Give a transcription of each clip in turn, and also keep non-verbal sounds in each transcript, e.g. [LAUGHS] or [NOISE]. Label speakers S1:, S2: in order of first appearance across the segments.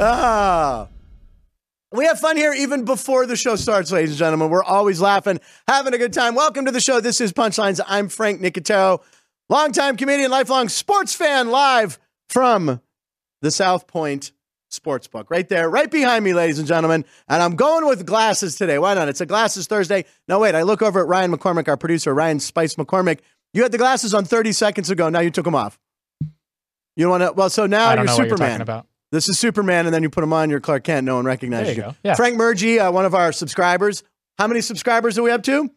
S1: Ah. We have fun here even before the show starts, ladies and gentlemen. We're always laughing, having a good time. Welcome to the show. This is Punchlines. I'm Frank Nicotero, longtime comedian, lifelong sports fan, live from the South Point Sportsbook. Right there, right behind me, ladies and gentlemen. And I'm going with glasses today. Why not? It's a glasses Thursday. No, wait, I look over at Ryan McCormick, our producer, Ryan Spice McCormick. You had the glasses on 30 seconds ago. Now you took them off. You want to? Well, so now
S2: I
S1: you're
S2: don't know what
S1: Superman.
S2: you're talking about.
S1: This is Superman, and then you put him on. You're Clark Kent. No one recognizes
S2: There
S1: you.
S2: you go. Yeah.
S1: Frank Murgy, uh, one of our subscribers. How many subscribers are we up to?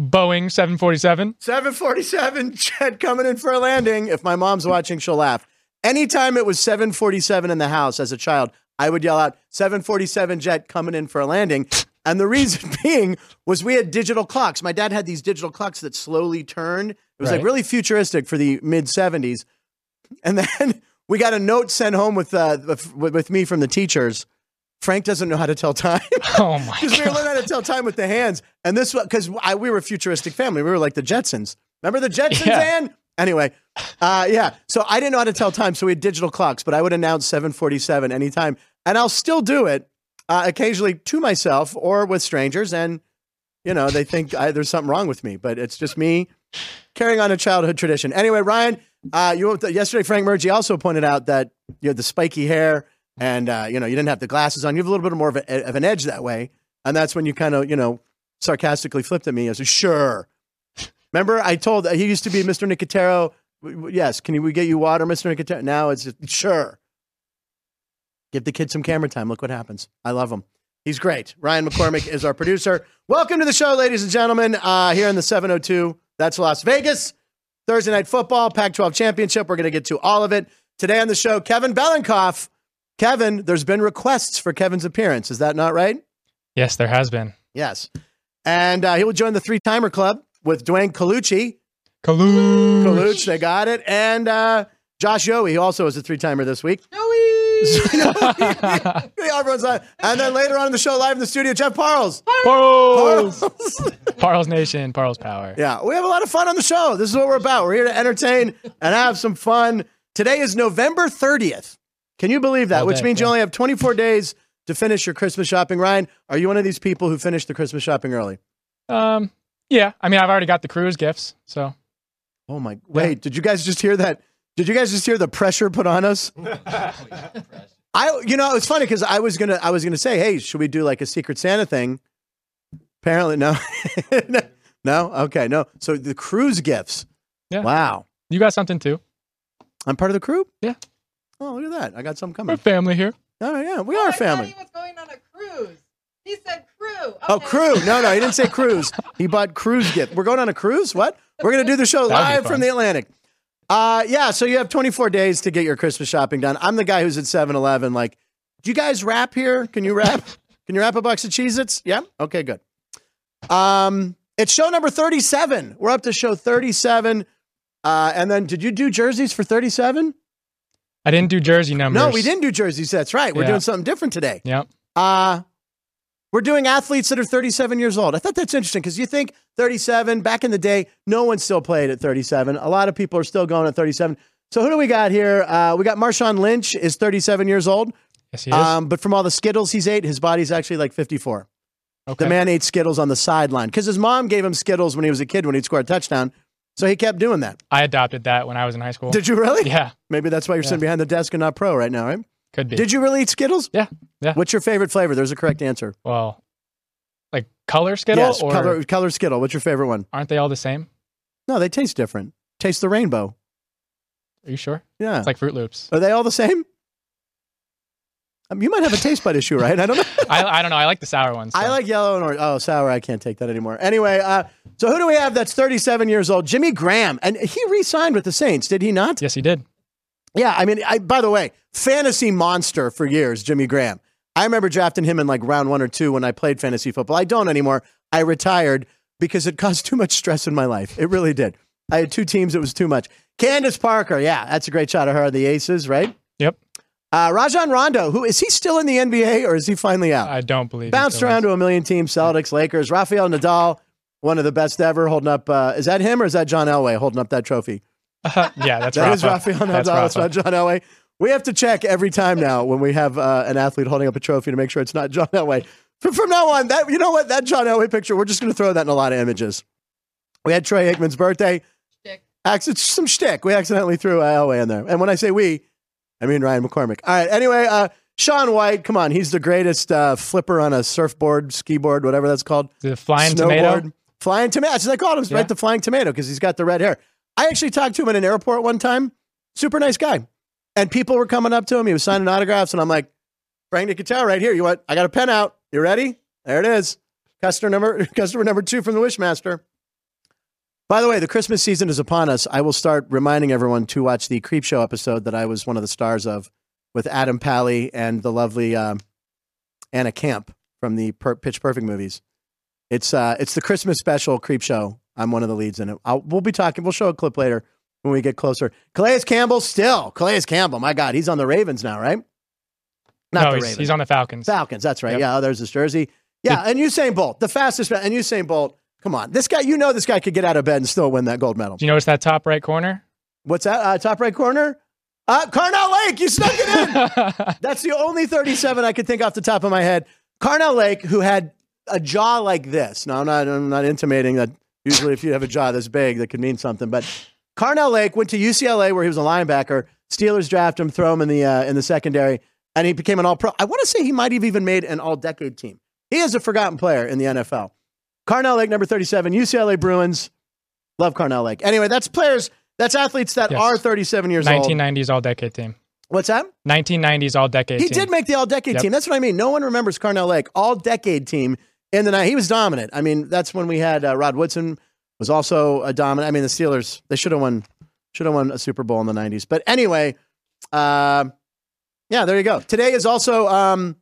S2: Boeing 747.
S1: 747. [LAUGHS] Chad coming in for a landing. If my mom's watching, she'll laugh. Anytime it was 747 in the house as a child, I would yell out, 747 jet coming in for a landing. And the reason [LAUGHS] being was we had digital clocks. My dad had these digital clocks that slowly turned. It was like
S2: Right.
S1: really futuristic for the mid 70s. And [LAUGHS] then we got a note sent home with, uh, with, with me from the teachers. Frank doesn't know how to tell time. [LAUGHS]
S2: Oh my
S1: Because we were
S2: god.
S1: learning how to tell time with the hands. And this was because we were a futuristic family. We were like the Jetsons. Remember the Jetsons,
S2: Yeah.
S1: Ann? Anyway, uh, yeah. So I didn't know how to tell time. So we had digital clocks, but I would announce 747 anytime. And I'll still do it uh, occasionally to myself or with strangers. And, you know, they think I, there's something wrong with me, but it's just me carrying on a childhood tradition. Anyway, Ryan, uh, you yesterday Frank Murgy also pointed out that you had the spiky hair and uh, you know you didn't have the glasses on. You have a little bit more of, a, of an edge that way, and that's when you kind of you know sarcastically flipped at me as sure. Remember, I told he used to be Mr. Nicotero. W- w- Yes, can we get you water, Mr. Nicotero? Now it's just, sure. Give the kid some camera time. Look what happens. I love him. He's great. Ryan McCormick is our producer. Welcome to the show, ladies and gentlemen. Uh, here in the 702, that's Las Vegas. Thursday night football, Pac 12 championship. We're going to get to all of it. Today on the show, Kevin Belenkoff. Kevin, there's been requests for Kevin's appearance. Is that not right?
S2: Yes, there has been.
S1: Yes. And uh, he will join the three timer club with Dwayne Colucci.
S2: Kalu.
S1: Kaluch, they got it. And uh, Josh Yowie also is a three timer this week. [LAUGHS] Yowie! Everyone's on. And then later on in the show, live in the studio, Jeff Parles.
S2: Parles. Parles Nation. Parles Power.
S1: [LAUGHS] Yeah, we have a lot of fun on the show. This is what we're about. We're here to entertain and have some fun. Today is November 30th. Can you believe that?
S2: All
S1: Which
S2: day,
S1: means you
S2: yeah.
S1: only have 24 days to finish your Christmas shopping. Ryan, are you one of these people who finished the Christmas shopping early?
S2: Um. Yeah. I mean, I've already got the cruise gifts, so
S1: Oh my! Wait, did you guys just hear that? Did you guys just hear the pressure put on us? I, you know, it's funny because I was gonna, I was gonna say, hey, should we do like a Secret Santa thing? Apparently, no, [LAUGHS] no, okay, no. So the cruise gifts.
S2: Yeah.
S1: Wow,
S2: you got something too.
S1: I'm part of the crew.
S2: Yeah.
S1: Oh, look at that! I got some
S2: We're
S1: coming.
S2: family here.
S1: Oh yeah, we
S3: Oh,
S1: are
S3: I thought
S1: family.
S3: He was going on a cruise. He said crew.
S1: Oh,
S3: Okay.
S1: crew. No, no, he didn't say cruise. He bought cruise gift. We're going on a cruise? What? We're going to do the show
S2: That would be
S1: live from
S2: fun.
S1: the Atlantic. Uh, yeah, so you have 24 days to get your Christmas shopping done. I'm the guy who's at 7 Eleven, like, do you guys wrap here? Can you wrap? Can you wrap a box of Cheez Its? Yeah? Okay, good. Um, it's show number 37. We're up to show 37. Uh, and then did you do jerseys for 37?
S2: I didn't do jersey numbers.
S1: No, we didn't do jerseys. That's right. We're
S2: Yeah.
S1: doing something different today.
S2: Yep.
S1: Uh, we're doing athletes that are 37 years old. I thought that's interesting because you think 37, back in the day, no one still played at 37. A lot of people are still going at 37. So who do we got here? Uh, we got Marshawn Lynch is 37 years old.
S2: Yes, he is.
S1: Um, but from all the Skittles he's ate, his body's actually like 54.
S2: okay.
S1: The man ate Skittles on the sideline because his mom gave him Skittles when he was a kid when he'd score a touchdown. So he kept doing that.
S2: I adopted that when I was in high school.
S1: Did you really?
S2: yeah.
S1: Maybe that's why you're sitting behind the desk and not pro right now, right?
S2: Could be.
S1: Did you really eat Skittles?
S2: Yeah. Yeah.
S1: What's your favorite flavor? There's a correct answer.
S2: Well, like color Skittle
S1: yes,
S2: or
S1: color, color Skittle. What's your favorite one?
S2: aren't they all the same?
S1: No, they taste different. Taste the rainbow.
S2: Are you sure?
S1: Yeah.
S2: It's like Fruit Loops.
S1: Are they all the same? Um, you might have a taste bud issue, right? I don't know.
S2: I, I don't know. I like the sour
S1: [LAUGHS]
S2: ones.
S1: I
S2: so.
S1: like yellow and orange. Oh, sour. I can't take that anymore. Anyway, uh, so who do we have that's 37 years old? Jimmy Graham. And he re signed with the Saints, did he not?
S2: Yes, he did.
S1: Yeah. I mean, I, by the way, fantasy monster for years, Jimmy Graham. I remember drafting him in like round one or two when I played fantasy football. I don't anymore. I retired because it [LAUGHS] caused too much stress in my life. It really did. I had two teams. It was too much. Candace Parker. Yeah. That's a great shot of her, the Aces, right?
S2: Yep.
S1: Uh, Rajon Rondo, who is he still in the NBA or is he finally out?
S2: I don't believe. he
S1: Bounced
S2: still
S1: around
S2: is.
S1: to a million teams, Celtics, Lakers. Rafael Nadal, one of the best ever, holding up. Uh, is that him or is that John Elway holding up that trophy?
S2: [LAUGHS] yeah,
S1: That
S2: that's Rafa.
S1: is Rafael Nadal.
S2: That's
S1: That's
S2: Rafa.
S1: not John Elway. We have to check every time now when we have uh, an athlete holding up a trophy to make sure it's not John Elway. From, from now on, that you know what that John Elway picture, we're just going to throw that in a lot of images. We had Troy Aikman's birthday.
S3: Shtick.
S1: Acc- it's some shtick. We accidentally threw Elway in there, and when I say we, I mean Ryan McCormick. All right. Anyway, uh, Sean White, come on, he's the greatest uh, flipper on a surfboard, ski board, whatever that's called.
S2: The flying tomato.
S1: Flying tomato. oh, That's what they called him,
S2: Yeah.
S1: right? The flying tomato because he's got the red hair. I actually talked to him at an airport one time. Super nice guy. And people were coming up to him. He was signing autographs. And I'm like, Frank Nicotero right here. You want, I got a pen out. You ready? There it is. Customer number, [LAUGHS] customer number two from the Wishmaster. By the way, the Christmas season is upon us. I will start reminding everyone to watch the Creep Show episode that I was one of the stars of with Adam Pally and the lovely um, Anna Camp from the per- Pitch Perfect movies. It's uh, it's the Christmas special Creep Show. I'm one of the leads in it. I'll, we'll be talking. We'll show a clip later when we get closer. Calais Campbell still Calais Campbell. My God, he's on the Ravens now, right? Not
S2: no,
S1: the
S2: he's,
S1: Ravens.
S2: he's on the Falcons.
S1: Falcons. That's right.
S2: Yep.
S1: Yeah, oh, there's his jersey. Yeah, and Usain Bolt, the fastest man. And Usain Bolt, come on, this guy. You know this guy could get out of bed and still win that gold medal.
S2: Do you notice that top right corner?
S1: What's that? Uh, top right corner. Uh, Carnell Lake, you snuck it
S2: [LAUGHS]
S1: in. That's the only 37 I could think off the top of my head. Carnell Lake, who had a jaw like this. Now, I'm not, I'm not intimating that usually if you have a jaw this big, that could mean something. But Carnell Lake went to UCLA where he was a linebacker. Steelers draft him, throw him in the, uh, in the secondary, and he became an all pro. I want to say he might have even made an all decade team. He is a forgotten player in the NFL. Carnell Lake, number 37, UCLA Bruins. Love Carnell Lake. Anyway, that's players, that's athletes that
S2: Yes.
S1: are 37 years old.
S2: 1990s All Decade Team.
S1: What's that?
S2: 1990s All Decade
S1: He
S2: Team.
S1: did make the all decade
S2: Yep.
S1: team. That's what I mean. No one remembers Carnell Lake, all decade team in the night. He was dominant. I mean, that's when we had uh, Rod Woodson was also a dominant. I mean, the Steelers they should have won should have won a Super Bowl in the nineties. But anyway, uh, yeah, there you go. Today is also um,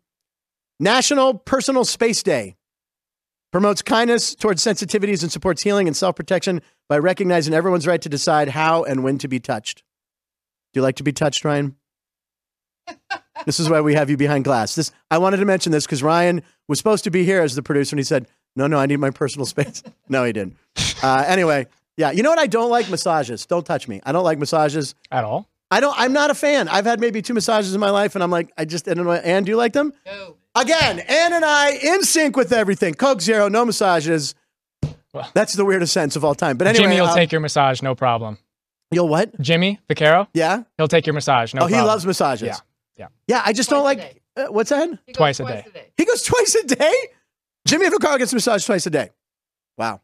S1: National Personal Space Day. Promotes kindness towards sensitivities and supports healing and self protection by recognizing everyone's right to decide how and when to be touched. Do you like to be touched, Ryan? This is why we have you behind glass. This I wanted to mention this because Ryan was supposed to be here as the producer, and he said, "No, no, I need my personal space." [LAUGHS] no, he didn't. Uh, anyway, yeah, you know what? I don't like massages. Don't touch me. I don't like massages.
S2: At all?
S1: I don't. I'm not a fan. I've had maybe two massages in my life, and I'm like, I just. And Anne, do you like them?
S3: No.
S1: Again, Ann and I in sync with everything. Coke zero, no massages.
S2: Well-
S1: That's the weirdest sentence of all time. But anyway,
S2: Jimmy will
S1: uh,
S2: take your massage, no problem.
S1: You'll what?
S2: Jimmy Vaquero,
S1: Yeah.
S2: he'll take your massage, no
S1: oh,
S2: problem.
S1: he loves massages.
S2: Yeah, yeah.
S1: Yeah. I just don't
S3: Twice a
S1: like. Uh, what's that?
S3: He goes
S2: Twice a day.
S1: He goes twice a day. Jimmy Vaccaro gets massage twice a day. Wow,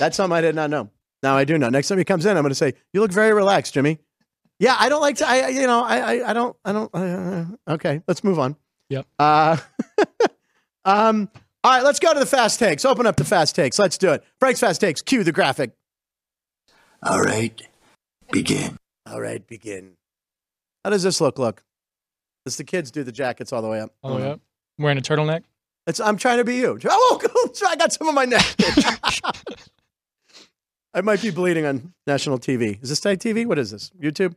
S1: that's something I did not know. Now I do know. Next time he comes in, I'm going to say, "You look very relaxed, Jimmy." Yeah, I don't like to. I I- you know I I, I don't I don't. Uh, okay, let's move on.
S2: Yep.
S1: Uh, [LAUGHS] um. All right, let's go to the fast takes. Open up the fast takes. Let's do it. Frank's fast takes. Cue the graphic.
S4: All right, begin.
S1: All right, begin. How does this look? Look, does the kids do the jackets all the way up?
S2: All the way up. Oh, Wearing a turtleneck. [LAUGHS]
S1: It's, I'm trying to be you. [LAUGHS] Oh, cool. I got some on my neck. [LAUGHS] I might be bleeding on national TV. Is this Tide TV? What is this? YouTube?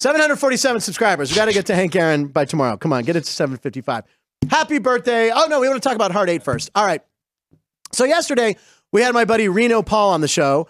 S1: 747 subscribers. We got to get to Hank Aaron by tomorrow. Come on, get it to 755. Happy birthday. Oh, no, we want to talk about Heart 8 first. All right. So, yesterday, we had my buddy Reno Paul on the show.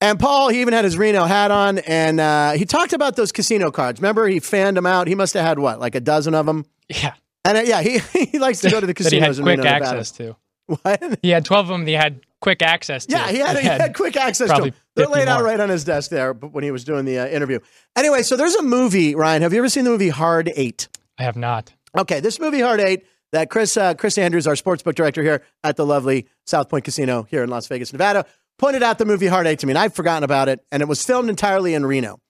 S1: And Paul, he even had his Reno hat on. And uh, he talked about those casino cards. Remember, he fanned them out. He must have had, what, like a dozen of them?
S2: Yeah.
S1: And uh, yeah, he, [LAUGHS] he likes to go to the
S2: [LAUGHS] that he had
S1: casinos in
S2: quick
S1: Reno, Nevada.
S2: access to.
S1: [LAUGHS] What?
S2: He had 12 of them that he had quick access to.
S1: Yeah, he had, he had quick access to
S2: probably
S1: them. They're
S2: 50
S1: laid out
S2: more.
S1: right on his desk there b- when he was doing the uh, interview. Anyway, so there's a movie, Ryan. Have you ever seen the movie Hard Eight?
S2: I have not.
S1: Okay, this movie Hard Eight that Chris uh, Chris Andrews, our sports book director here at the lovely South Point Casino here in Las Vegas, Nevada, pointed out the movie Hard Eight to me, and I'd forgotten about it. And it was filmed entirely in Reno.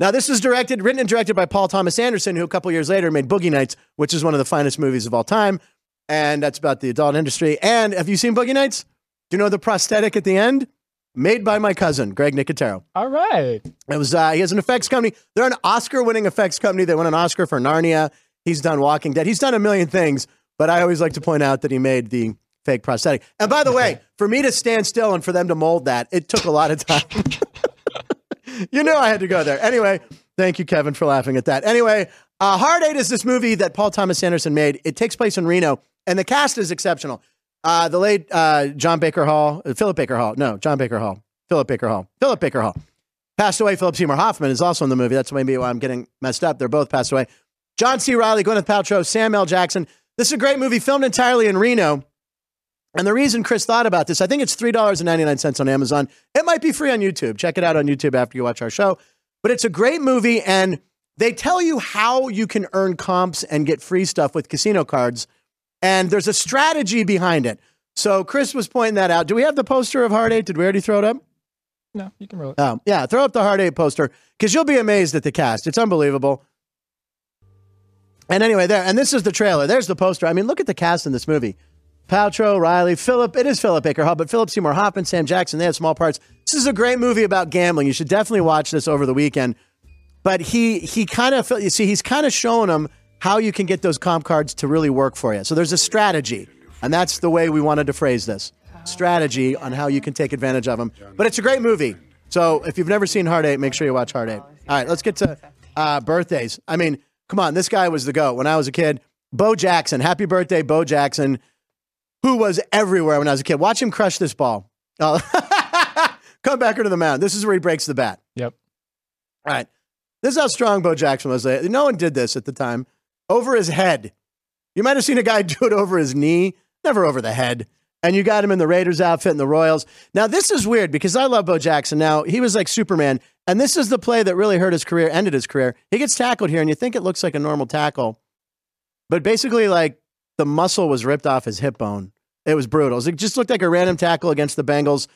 S1: Now, this was directed, written, and directed by Paul Thomas Anderson, who a couple years later made Boogie Nights, which is one of the finest movies of all time, and that's about the adult industry. And have you seen Boogie Nights? Do you know the prosthetic at the end? Made by my cousin Greg Nicotero.
S2: All right.
S1: It was uh, he has an effects company. They're an Oscar-winning effects company. They won an Oscar for Narnia. He's done Walking Dead. He's done a million things, but I always like to point out that he made the fake prosthetic. And by the way, for me to stand still and for them to mold that, it took a lot of time. [LAUGHS] you know I had to go there. Anyway, thank you, Kevin, for laughing at that. Anyway, uh, Hard Eight is this movie that Paul Thomas Anderson made. It takes place in Reno, and the cast is exceptional. Uh, the late uh, John Baker Hall, uh, Philip Baker Hall, no, John Baker Hall, Philip Baker Hall, Philip Baker Hall. Passed away, Philip Seymour Hoffman is also in the movie. That's maybe why I'm getting messed up. They're both passed away. John C. Riley, Gwyneth Paltrow, Sam L. Jackson. This is a great movie filmed entirely in Reno. And the reason Chris thought about this, I think it's $3.99 on Amazon. It might be free on YouTube. Check it out on YouTube after you watch our show. But it's a great movie, and they tell you how you can earn comps and get free stuff with casino cards. And there's a strategy behind it. So Chris was pointing that out. Do we have the poster of Heart Eight? Did we already throw it up?
S2: No, you can roll it.
S1: Um, yeah, throw up the Heart Eight poster because you'll be amazed at the cast. It's unbelievable. And anyway, there. And this is the trailer. There's the poster. I mean, look at the cast in this movie: Paltrow, Riley, Philip. It is Philip Baker Hall, but Philip Seymour Hoffman, Sam Jackson. They have small parts. This is a great movie about gambling. You should definitely watch this over the weekend. But he he kind of you see he's kind of showing them how you can get those comp cards to really work for you. So there's a strategy, and that's the way we wanted to phrase this strategy on how you can take advantage of them. But it's a great movie. So if you've never seen Heart Eight, make sure you watch Heart Eight. All right, let's get to uh, birthdays. I mean, come on, this guy was the goat when I was a kid. Bo Jackson, happy birthday, Bo Jackson, who was everywhere when I was a kid. Watch him crush this ball. Oh, [LAUGHS] come back to the mound. This is where he breaks the bat.
S2: Yep.
S1: All right. This is how strong Bo Jackson was. Uh, No one did this at the time. Over his head. You might have seen a guy [LAUGHS] do it over his knee, never over the head. And you got him in the Raiders outfit and the Royals. Now, this is weird because I love Bo Jackson. Now, he was like Superman. And this is the play that really hurt his career, ended his career. He gets tackled here, and you think it looks like a normal tackle. But basically, like the muscle was ripped off his hip bone. It was brutal. It just looked like a random tackle against the Bengals.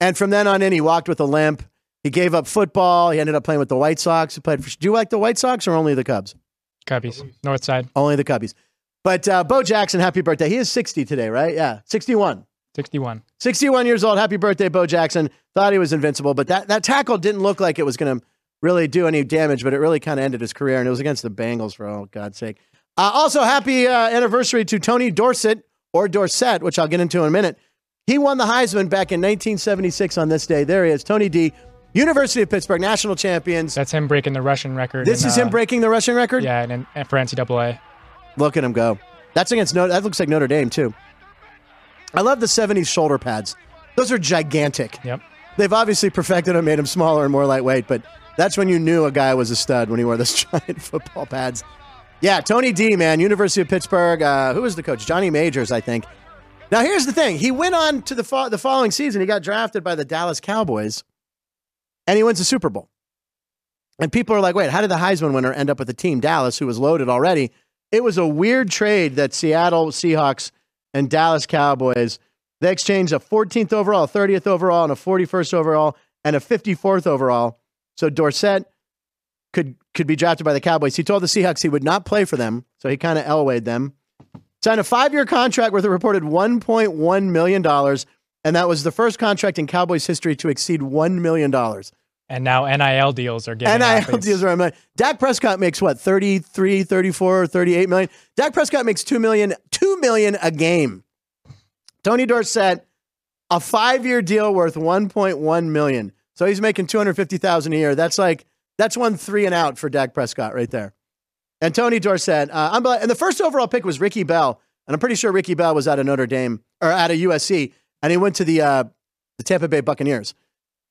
S1: And from then on in, he walked with a limp. He gave up football. He ended up playing with the White Sox. He played for, do you like the White Sox or only the Cubs?
S2: Copies. North side.
S1: Only the Cubbies. But uh, Bo Jackson, happy birthday. He is 60 today, right? Yeah, 61.
S2: 61.
S1: 61 years old. Happy birthday, Bo Jackson. Thought he was invincible, but that, that tackle didn't look like it was going to really do any damage, but it really kind of ended his career, and it was against the Bengals, for all God's sake. Uh, also, happy uh, anniversary to Tony Dorsett, or Dorset, which I'll get into in a minute. He won the Heisman back in 1976 on this day. There he is, Tony D, University of Pittsburgh, national champions.
S2: That's him breaking the Russian record.
S1: This
S2: in,
S1: is him
S2: uh,
S1: breaking the rushing record?
S2: Yeah, and, and for NCAA.
S1: Look at him go. That's against Notre. That looks like Notre Dame too. I love the '70s shoulder pads. Those are gigantic.
S2: Yep.
S1: They've obviously perfected them, made them smaller and more lightweight. But that's when you knew a guy was a stud when he wore those [LAUGHS] giant football pads. Yeah, Tony D, man, University of Pittsburgh. Uh, who was the coach? Johnny Majors, I think. Now here's the thing: he went on to the fo- the following season. He got drafted by the Dallas Cowboys, and he wins the Super Bowl. And people are like, "Wait, how did the Heisman winner end up with the team Dallas, who was loaded already?" it was a weird trade that Seattle Seahawks and Dallas Cowboys they exchanged a 14th overall, 30th overall, and a 41st overall, and a 54th overall. So Dorsett could could be drafted by the Cowboys. He told the Seahawks he would not play for them, so he kind of elwayed them. Signed a five year contract worth a reported 1.1 million dollars, and that was the first contract in Cowboys history to exceed one million dollars.
S2: And now NIL deals are getting
S1: And I hope
S2: athletes.
S1: these are on my- Dak Prescott makes what 33, 34, 38 million. Dak Prescott makes 2 million, 2 million a game. Tony Dorsett, a five-year deal worth 1.1 million. So he's making 250,000 a year. That's like that's one three and out for Dak Prescott right there. And Tony Dorsett, uh, I'm, and the first overall pick was Ricky Bell, and I'm pretty sure Ricky Bell was out of Notre Dame or out of USC, and he went to the uh, the Tampa Bay Buccaneers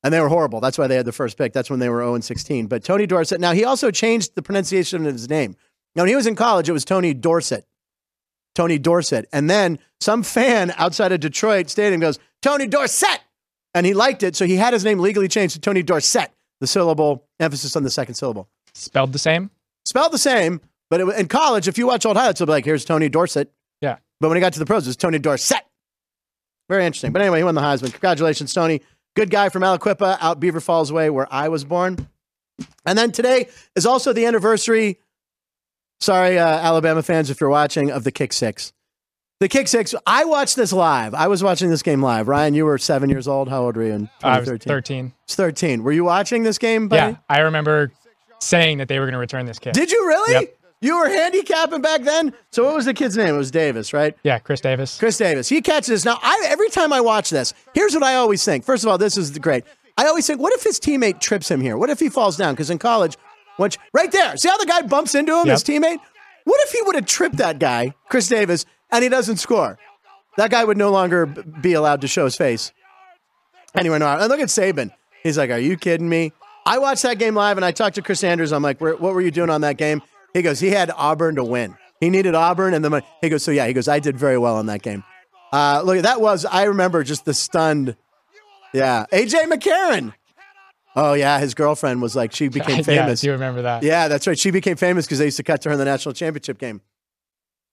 S1: and they were horrible. That's why they had the first pick. That's when they were 0 and 16. But Tony Dorsett. Now he also changed the pronunciation of his name. Now when he was in college, it was Tony Dorsett. Tony Dorsett. And then some fan outside of Detroit Stadium goes, Tony Dorsett. And he liked it. So he had his name legally changed to Tony Dorsett, the syllable, emphasis on the second syllable.
S2: Spelled the same?
S1: Spelled the same, but it, in college, if you watch old highlights, it'll be like, here's Tony Dorsett.
S2: Yeah.
S1: But when he got to the pros, it was Tony Dorsett. Very interesting. But anyway, he won the Heisman. Congratulations, Tony. Good guy from Aliquippa out Beaver Falls Way, where I was born. And then today is also the anniversary. Sorry, uh, Alabama fans, if you're watching, of the kick six. The kick six. I watched this live. I was watching this game live. Ryan, you were seven years old. How old were you in
S2: I was
S1: 2013?
S2: 13.
S1: It's 13. Were you watching this game, buddy?
S2: Yeah, I remember saying that they were going to return this kick.
S1: Did you really?
S2: Yep.
S1: You were handicapping back then? So what was the kid's name? It was Davis, right?
S2: yeah, Chris Davis.
S1: Chris Davis. He catches this. Now, I, every time I watch this, here's what I always think. First of all, this is great. I always think, what if his teammate trips him here? What if he falls down? Because in college, once, right there, see how the guy bumps into him,
S2: Yep.
S1: his teammate? What if he would have tripped that guy, Chris Davis, and he doesn't score? That guy would no longer b- be allowed to show his face. Anyway, no, and look at Saban. He's like, "Are you kidding me?" I watched that game live, and I talked to Chris Andrews. I'm like, "Where- "What were you doing on that game?" He goes, he had Auburn to win. He needed Auburn and the money. He goes, so yeah, he goes, I did very well on that game. Uh, look, that was, I remember just the stunned. Yeah. AJ McCarron. Oh, yeah. His girlfriend was like, she became
S2: [LAUGHS] yeah,
S1: famous.
S2: do you remember that?
S1: Yeah, that's right. She became famous because they used to cut to her in the national championship game.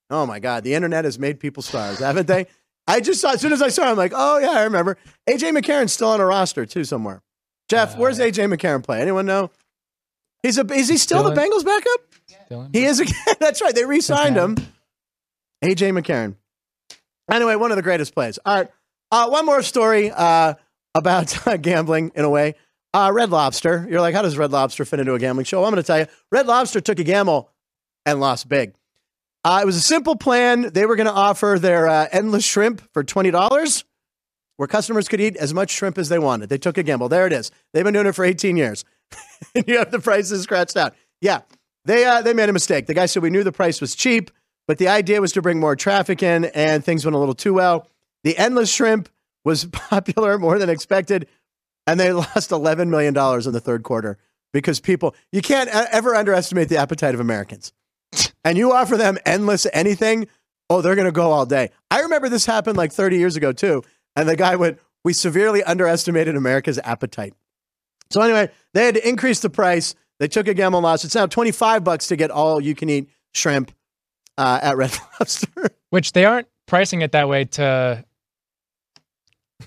S1: Oh my God, the internet has made people stars, haven't they? I just saw as soon as I saw her, I'm like, oh yeah, I remember. AJ McCarron's still on a roster too somewhere. Jeff, where's AJ McCarron play? Anyone know? He's a is he still,
S2: Still
S1: the
S2: in-
S1: Bengals backup?
S2: Dylan?
S1: He is again. [LAUGHS] That's right. They re-signed him. AJ McCarron. Anyway, one of the greatest plays. All right. Uh, one more story uh, about uh, gambling in a way. Uh, Red Lobster. You're like, how does Red Lobster fit into a gambling show? I'm going to tell you. Red Lobster took a gamble and lost big. Uh, it was a simple plan. They were going to offer their uh, endless shrimp for twenty dollars, where customers could eat as much shrimp as they wanted. They took a gamble. There it is. They've been doing it for 18 years. [LAUGHS] and you have the prices scratched out. Yeah, they uh, they made a mistake. The guy said we knew the price was cheap, but the idea was to bring more traffic in, and things went a little too well. The endless shrimp was [LAUGHS] popular more than expected, and they [LAUGHS] lost 11 million dollars in the third quarter because people you can't e- ever underestimate the appetite of Americans. And you offer them endless anything, oh, they're going to go all day. I remember this happened like 30 years ago too, and the guy went, "We severely underestimated America's appetite." So anyway, they had to increase the price. They took a gamble and lost. It's now twenty five bucks to get all you can eat shrimp uh, at Red [LAUGHS] Lobster.
S2: Which they aren't pricing it that way to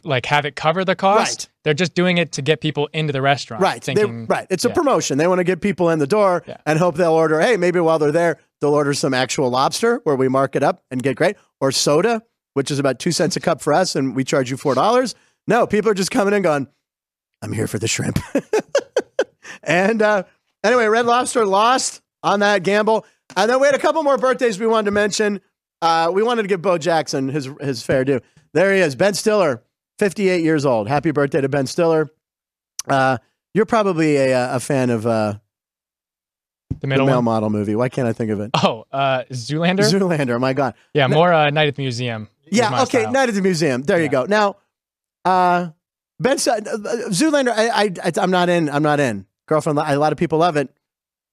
S2: like have it cover the cost.
S1: Right.
S2: They're just doing it to get people into the restaurant.
S1: right, They-
S2: Thinking,
S1: right. It's a
S2: yeah.
S1: promotion. They want to get people in the door
S2: Yeah.
S1: and hope they'll order. Hey, maybe while they're there, they'll order some actual lobster where we mark it up and get great, or soda, which is about two cents a cup for us, and we charge you four dollars. No, people are just coming and going. I'm here for the shrimp. [LAUGHS] and uh, anyway, Red Lobster lost on that gamble. And then we had a couple more birthdays we wanted to mention. Uh, we wanted to give Bo Jackson his his fair due. There he is, Ben Stiller, 58 years old. Happy birthday to Ben Stiller. Uh, you're probably a, a fan of uh,
S2: the
S1: the
S2: middle
S1: male
S2: one.
S1: model movie. Why can't I think of it?
S2: Oh, uh, Zoolander.
S1: Zoolander. oh My God.
S2: yeah, more uh, Night at the Museum. is
S1: Yeah.
S2: my
S1: Okay.
S2: style.
S1: Night at the Museum. There you
S2: Yeah.
S1: go. Now, uh, Ben Sti- uh, Zoolander. I, I, I, I'm not in. I'm not in. Girlfriend. A lot of people love it.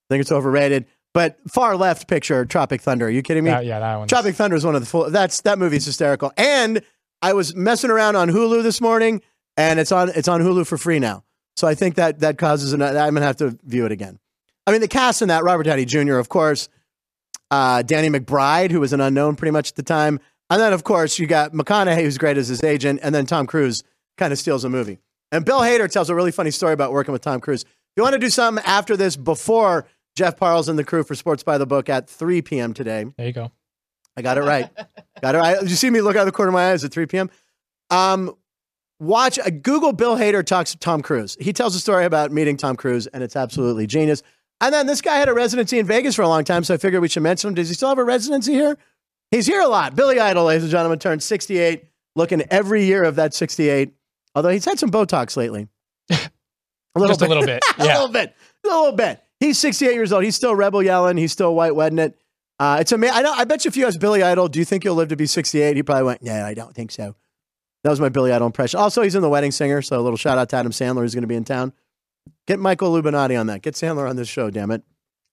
S1: think it's overrated. But far left picture, Tropic Thunder. Are you kidding me?
S2: That- yeah, that one.
S1: Tropic Thunder is one of the full. That's that movie's hysterical. And I was messing around on Hulu this morning, and it's on it's on Hulu for free now. So I think that that causes an. I'm gonna have to view it again. I mean, the cast in that Robert Downey Jr. of course, uh, Danny McBride, who was an unknown pretty much at the time, and then of course you got McConaughey, who's great as his agent, and then Tom Cruise kind of steals the movie. And Bill Hader tells a really funny story about working with Tom Cruise. If you want to do something after this, before Jeff Parles and the crew for Sports by the Book at 3 p.m. today,
S2: There you go.
S1: I got it right. got it right. You see me look out of the corner of my eyes at 3 p.m. Um, watch uh, Google Bill Hader talks to Tom Cruise. He tells a story about meeting Tom Cruise, and it's absolutely genius. And then this guy had a residency in Vegas for a long time, so I figured we should mention him. Does he still have a residency here? He's here a lot. Billy Idol, ladies and gentlemen, turned 68, looking every year of that 68. Although he's had some Botox
S2: [LAUGHS]
S1: lately. A
S2: Just a little bit.
S1: [LAUGHS] a
S2: Yeah.
S1: little bit, a little bit. He's 68 years old. He's still rebel yelling. He's still white wedding it. Uh, it's amazing. I know. I bet you if you asked Billy Idol, do you think you'll live to be 68? He probably went, No, I don't think so. That was my Billy Idol impression. Also, he's in The Wedding Singer, so a little shout out to Adam Sandler, who's going to be in town. Get Michael Lubinati on that. Get Sandler on this show, damn it.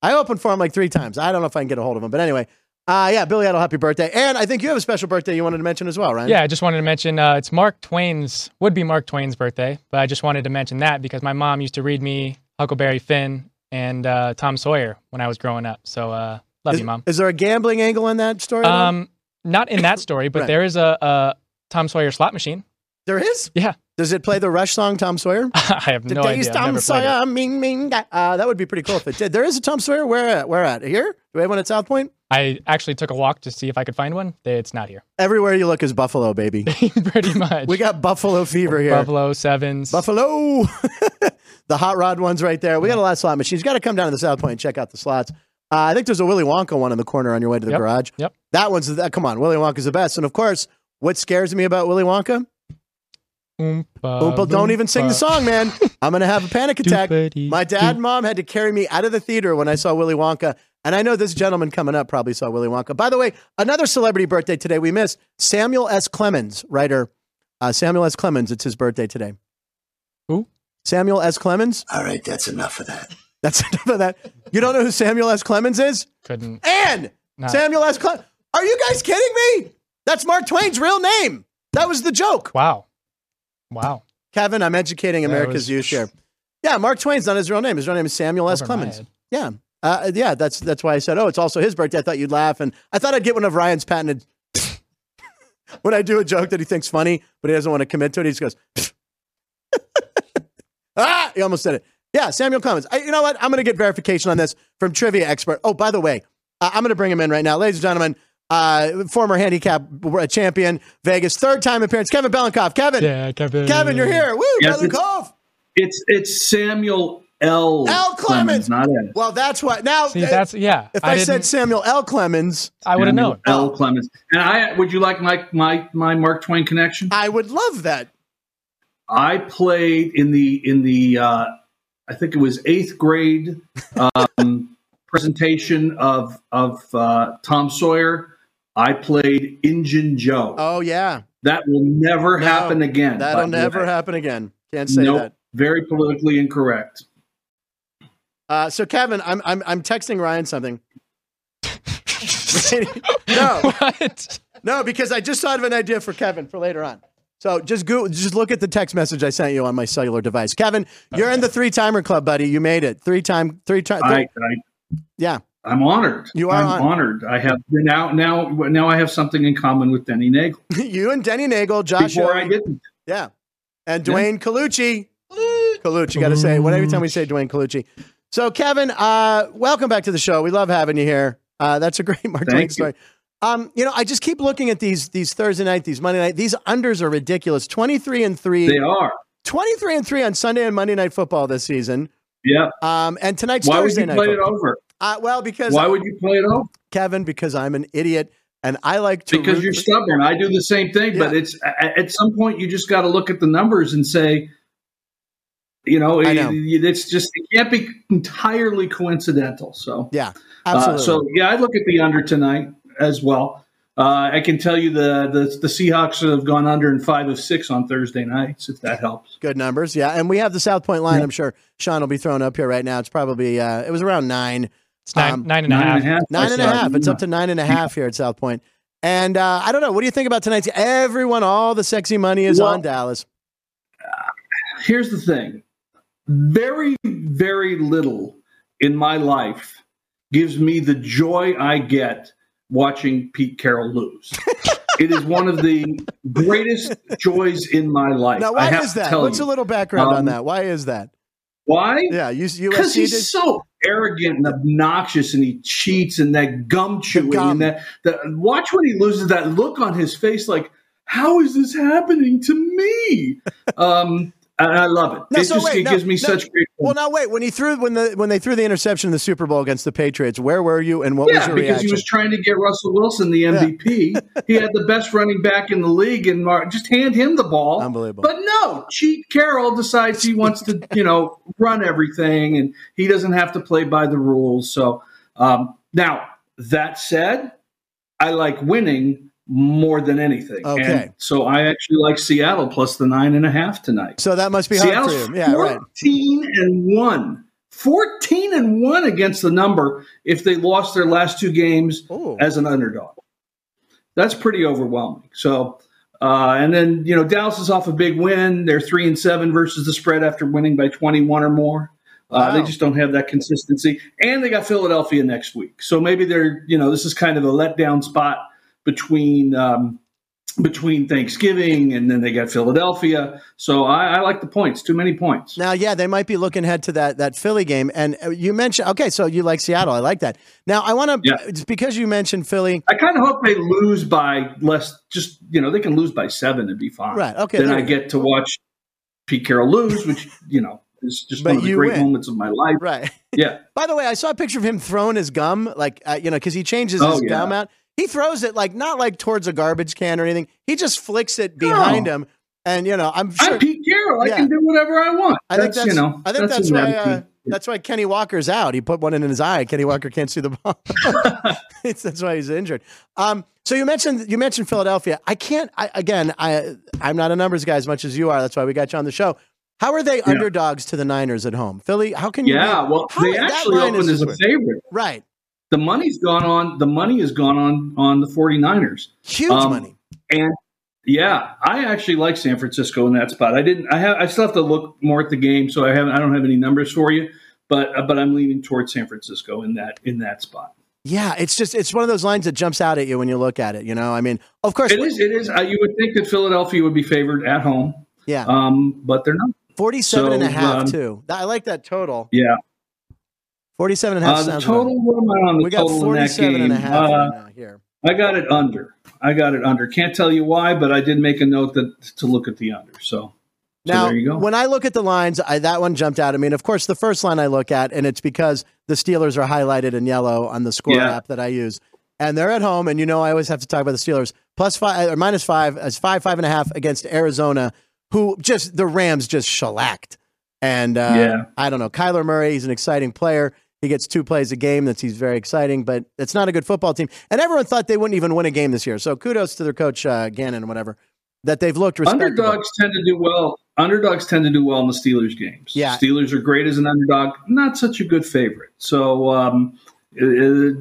S1: I opened for him like three times. I don't know if I can get a hold of him, but anyway, uh, yeah, Billy Idol, happy birthday. And I think you have a special birthday you wanted to mention as well, right?
S2: Yeah, I just wanted to mention uh, it's Mark Twain's would be Mark Twain's birthday, but I just wanted to mention that because my mom used to read me Huckleberry Finn and uh, Tom Sawyer when I was growing up. So uh, love
S1: Is,
S2: you, mom.
S1: is there a gambling angle in that story? at all?
S2: Um, not in that story, but
S1: Right.
S2: there is a, a Tom Sawyer slot machine. [LAUGHS]
S1: there is?
S2: Yeah,
S1: Does it play the Rush song, Tom Sawyer?
S2: [LAUGHS] I have no
S1: Today's
S2: idea. I've
S1: Tom
S2: never played it.
S1: Sawyer, mean, mean, guy. Uh, that would be pretty cool if it did. There is a Tom Sawyer. Where at? Where at? Here? Do we have one at South Point?
S2: I actually took a walk to see if I could find one. It's not here. [LAUGHS]
S1: Everywhere you look is Buffalo, baby.
S2: Pretty
S1: [LAUGHS]
S2: much.
S1: We got Buffalo fever here.
S2: Buffalo sevens.
S1: Buffalo. [LAUGHS] the hot rod ones right there. We got a lot of slot machines. You got to come down to the South Point and check out the slots. Uh, I think there's a Willy Wonka one in the corner on your way to the
S2: Yep.
S1: garage.
S2: Yep.
S1: That one's that. Come on, Willy Wonka's the best. And of course, what scares me about Willy Wonka?
S2: Oompa,
S1: Oompa, don't even sing the
S2: Loompa.
S1: song,
S2: [LAUGHS]
S1: man. I'm gonna have a panic attack.
S2: Doopity
S1: My dad and mom had to carry me out of the theater when I saw Willy Wonka. And I know this gentleman coming up probably saw Willy Wonka. By the way, another celebrity birthday today we missed Samuel S. Clemens, writer. Uh, Samuel S. Clemens, it's his birthday today.
S2: Who?
S1: Samuel S. Clemens.
S4: All right, that's enough of that.
S1: That's [LAUGHS] enough of that. You don't know who Samuel S. Clemens is?
S2: Couldn't.
S1: Anne!
S2: Not,
S1: Samuel S. Clemens. Are you guys kidding me? That's Mark Twain's real name. That was the joke.
S2: wow. Wow.
S1: Kevin, I'm educating
S2: That
S1: America's
S2: was- [LAUGHS]
S1: youth here. Yeah, Mark Twain's not his real name. His real name is Samuel S.
S2: Over my
S1: Clemens.
S2: head.
S1: Yeah. Uh, yeah, that's that's why I said, oh, it's also his birthday. I thought you'd laugh, and I thought I'd get one of Ryan's patented. [LAUGHS] when I do a joke that he thinks funny, but he doesn't want to commit to it, he just goes, [LAUGHS] ah, he almost said it. Yeah, Samuel Clemens. I, you know what? I'm going to get verification on this from trivia expert. Oh, by the way, uh, I'm going to bring him in right now, ladies and gentlemen. Uh, former handicap w- uh, champion, Vegas, third time appearance, Kevin Belenkoff. Kevin,
S2: Yeah, Kevin.
S1: Kevin, you're here. Woo,
S5: Yes,
S1: Kevin
S5: it's-
S1: Cove.
S5: It's it's Samuel L.
S1: L. Clemens.
S5: not S.
S1: Well, that's what. Now, eh,
S2: See, that's yeah.
S1: if I,
S2: didn't-
S1: said Samuel L. Clemens,
S2: I would have
S5: Samuel
S2: known.
S5: L. Clemens. And I would you like my my my Mark Twain connection?
S1: I would love that.
S5: I played in the in the uh, I think it was eighth grade um, [LAUGHS] presentation of of uh, Tom Sawyer. I played Injun Joe.
S1: Oh yeah,
S5: that will never
S1: No,
S5: happen again. by
S1: that'll
S5: the
S1: never
S5: way.
S1: happen again. Can't say
S5: Nope.
S1: that.
S5: Very politically incorrect.
S1: Uh, so, Kevin, I'm I'm I'm texting Ryan something. [LAUGHS] no,
S2: [LAUGHS] what?
S1: no, because I just thought of an idea for Kevin for later on. So just go, just look at the text message I sent you on my cellular device. Kevin, you're in the three timer club, buddy. You made it three time, three time.
S5: I, I
S1: yeah,
S5: I'm honored.
S1: You are
S5: I'm
S1: hon-
S5: honored. I have now now now I have something in common with Denny Nagel.
S1: [LAUGHS] you and Denny Nagel, Josh.
S5: Before I
S1: Owen.
S5: didn't.
S1: Yeah. And
S5: Yeah.
S1: Dwayne Colucci.
S3: Blue.
S1: Colucci, got to say, when every time we say Dwayne Colucci. So, Kevin, uh, welcome back to the show. We love having you here. Uh, that's a great [LAUGHS] Mark
S5: Thank
S1: Twain
S5: you.
S1: story. Um, you know, I just keep looking at these these Thursday night, these Monday night. These unders are ridiculous. 23 and 3.
S5: They are.
S1: 23 and 3 on Sunday and Monday night football this season.
S5: Yeah.
S1: Um, and tonight's
S5: Why would
S1: Thursday
S5: you
S1: night.
S5: play it
S1: football.
S5: over?
S1: Uh, well, because
S5: Why would you play it over?
S1: Kevin, because I'm an idiot and I like to
S5: Because
S1: root
S5: you're
S1: for-
S5: stubborn. I do the same thing, but
S1: Yeah.
S5: it's a- at some point you just got to look at the numbers and say, you know,
S1: I know.
S5: it- it's just it can't be entirely coincidental. So,
S1: Yeah,
S5: uh,
S1: absolutely.
S5: so yeah, I look at the under tonight as well. Uh, I can tell you the, the the Seahawks have gone under in five of six on Thursday nights, if that helps.
S1: good numbers. Yeah, and we have the South Point line. I'm sure Sean will be thrown up here right now. It's probably uh, it was around nine,
S2: It's nine,
S1: Um,
S2: nine and a half.
S1: nine and a
S5: I saw.
S1: half. It's up to nine and a half here at South Point. And uh, I don't know. What do you think about tonight's? Everyone, all the sexy money is
S5: Well-
S1: on Dallas.
S5: Here's the thing very, very little in my life gives me the joy I get watching Pete Carroll
S1: [LAUGHS]
S5: lose. it is one of the greatest joys in my life.
S1: Now,
S5: I
S1: why
S5: have
S1: is
S5: to
S1: that?
S5: tell
S1: What's
S5: you.
S1: a little background on
S5: Um,
S1: that? Why is that?
S5: Why?
S1: Yeah, you,
S5: Because
S1: USC
S5: he's
S1: did.
S5: so arrogant and obnoxious, and he cheats, and that gum chewing,
S1: gum.
S5: and that, that watch when he loses that look on his face, like how is this happening to
S1: [LAUGHS]
S5: me? um, and I love it.
S1: No,
S5: it
S1: so
S5: just
S1: wait,
S5: it
S1: no,
S5: gives me
S1: no.
S5: such great.
S1: Well, now wait. When he threw when the when they threw the interception in the Super Bowl against the Patriots, where were you and what was
S5: yeah,
S1: your
S5: because
S1: reaction?
S5: he was trying to get Russell Wilson the MVP. he had the best running back in the league, and Mar- just hand him the ball.
S1: Unbelievable.
S5: But no, cheat Carroll decides he wants to, you know, [LAUGHS] run everything, and he doesn't have to play by the rules. So um, now that said, I like winning more than anything.
S1: Okay.
S5: And so I actually like Seattle plus the nine and a half tonight.
S1: so that must be hard
S5: Seattle's
S1: for you. Yeah, right.
S5: 14 and 1. 14 and 1 against the number if they lost their last two games
S1: Ooh.
S5: as an underdog. That's pretty overwhelming. So, uh, and then, you know, Dallas is off a big win. They're 3 and 7 versus the spread after winning by 21 or more. Uh, They
S1: Wow.
S5: just don't have that consistency. And they got Philadelphia next week. So maybe they're, you know, this is kind of a letdown spot between. Um, between Thanksgiving and then they got Philadelphia. So I, I like the points. Too many points.
S1: Now, yeah, they might be looking ahead to that that Philly game. And uh, you mentioned okay, so you like Seattle. I like that. Now, I want to
S5: Yeah.
S1: just because you mentioned Philly.
S5: I kind of hope they lose by less. Just you know, they can lose by seven and be fine.
S1: Right, okay,
S5: Then
S1: there
S5: I
S1: you go.
S5: get to watch Pete Carroll lose, which you know is just
S1: But
S5: one of the
S1: you
S5: great
S1: win.
S5: moments of my life.
S1: Right.
S5: Yeah,
S1: By the way, I saw a picture of him throwing his gum, like uh, you know, because he changes
S5: Oh,
S1: his
S5: yeah.
S1: gum out. He throws it like not like towards a garbage can or anything. He just flicks it behind him, and you know, I'm sure.
S5: I'm Pete Carroll. I
S1: Yeah.
S5: can do whatever I want.
S1: I think that's
S5: you know.
S1: I think that's,
S5: an
S1: why uh,
S5: attitude.
S1: that's why Kenny Walker's out. He put one in his eye. Kenny Walker can't see the
S5: [LAUGHS]
S1: ball. It's- that's why he's injured. Um, so you mentioned you mentioned Philadelphia. I can't. I, again, I I'm not a numbers guy as much as you are. That's why we got you on the show. How are they underdogs to the Niners at home? Philly, how can you?
S5: Yeah,
S1: make-
S5: well,
S1: how
S5: they
S1: is- that
S5: actually
S1: line
S5: opened
S1: is
S5: as a
S1: weird.
S5: favorite.
S1: Right.
S5: The money's gone on. The money has gone on on the 49ers.
S1: Huge
S5: Um,
S1: money.
S5: And yeah, I actually like San Francisco in that spot. I didn't. I have. I still have to look more at the game, so I haven't. I don't have any numbers for you. But uh, but I'm leaning towards San Francisco in that in that spot.
S1: Yeah, it's just it's one of those lines that jumps out at you when you look at it. You know, I mean, of course,
S5: It is. It is. Uh, you would think that Philadelphia would be favored at home,
S1: yeah,
S5: um, but they're not.
S1: 47 and a
S5: so,
S1: half
S5: um,
S1: too. That- I like that total.
S5: Yeah.
S1: 47 and a half
S5: Uh, the
S1: sounds
S5: total.
S1: right.
S5: What am I on the
S1: We got
S5: total in that
S1: 47
S5: game?
S1: and a half
S5: Uh,
S1: right now here.
S5: I got it under. I got it under. Can't tell you why, but I did make a note that to look at the under. So, so
S1: Now,
S5: there you go.
S1: when I look at the lines, I, that one jumped out. I mean, of course, the first line I look at, and it's because the Steelers are highlighted in yellow on the score
S5: Yeah.
S1: app that I use, and they're at home. And you know, I always have to talk about the Steelers plus five or minus five as five, five and a half against Arizona, who just the Rams just shellacked. And uh,
S5: Yeah.
S1: I don't know, Kyler Murray, he's an exciting player. He gets two plays a game. That's he's very exciting, but it's not a good football team. And everyone thought they wouldn't even win a game this year. So kudos to their coach uh, Gannon and whatever that they've looked respectable.
S5: Underdogs tend to do well. Underdogs tend to do well in the Steelers games.
S1: Yeah.
S5: Steelers are great as an underdog, not such a good favorite. So um, uh, uh,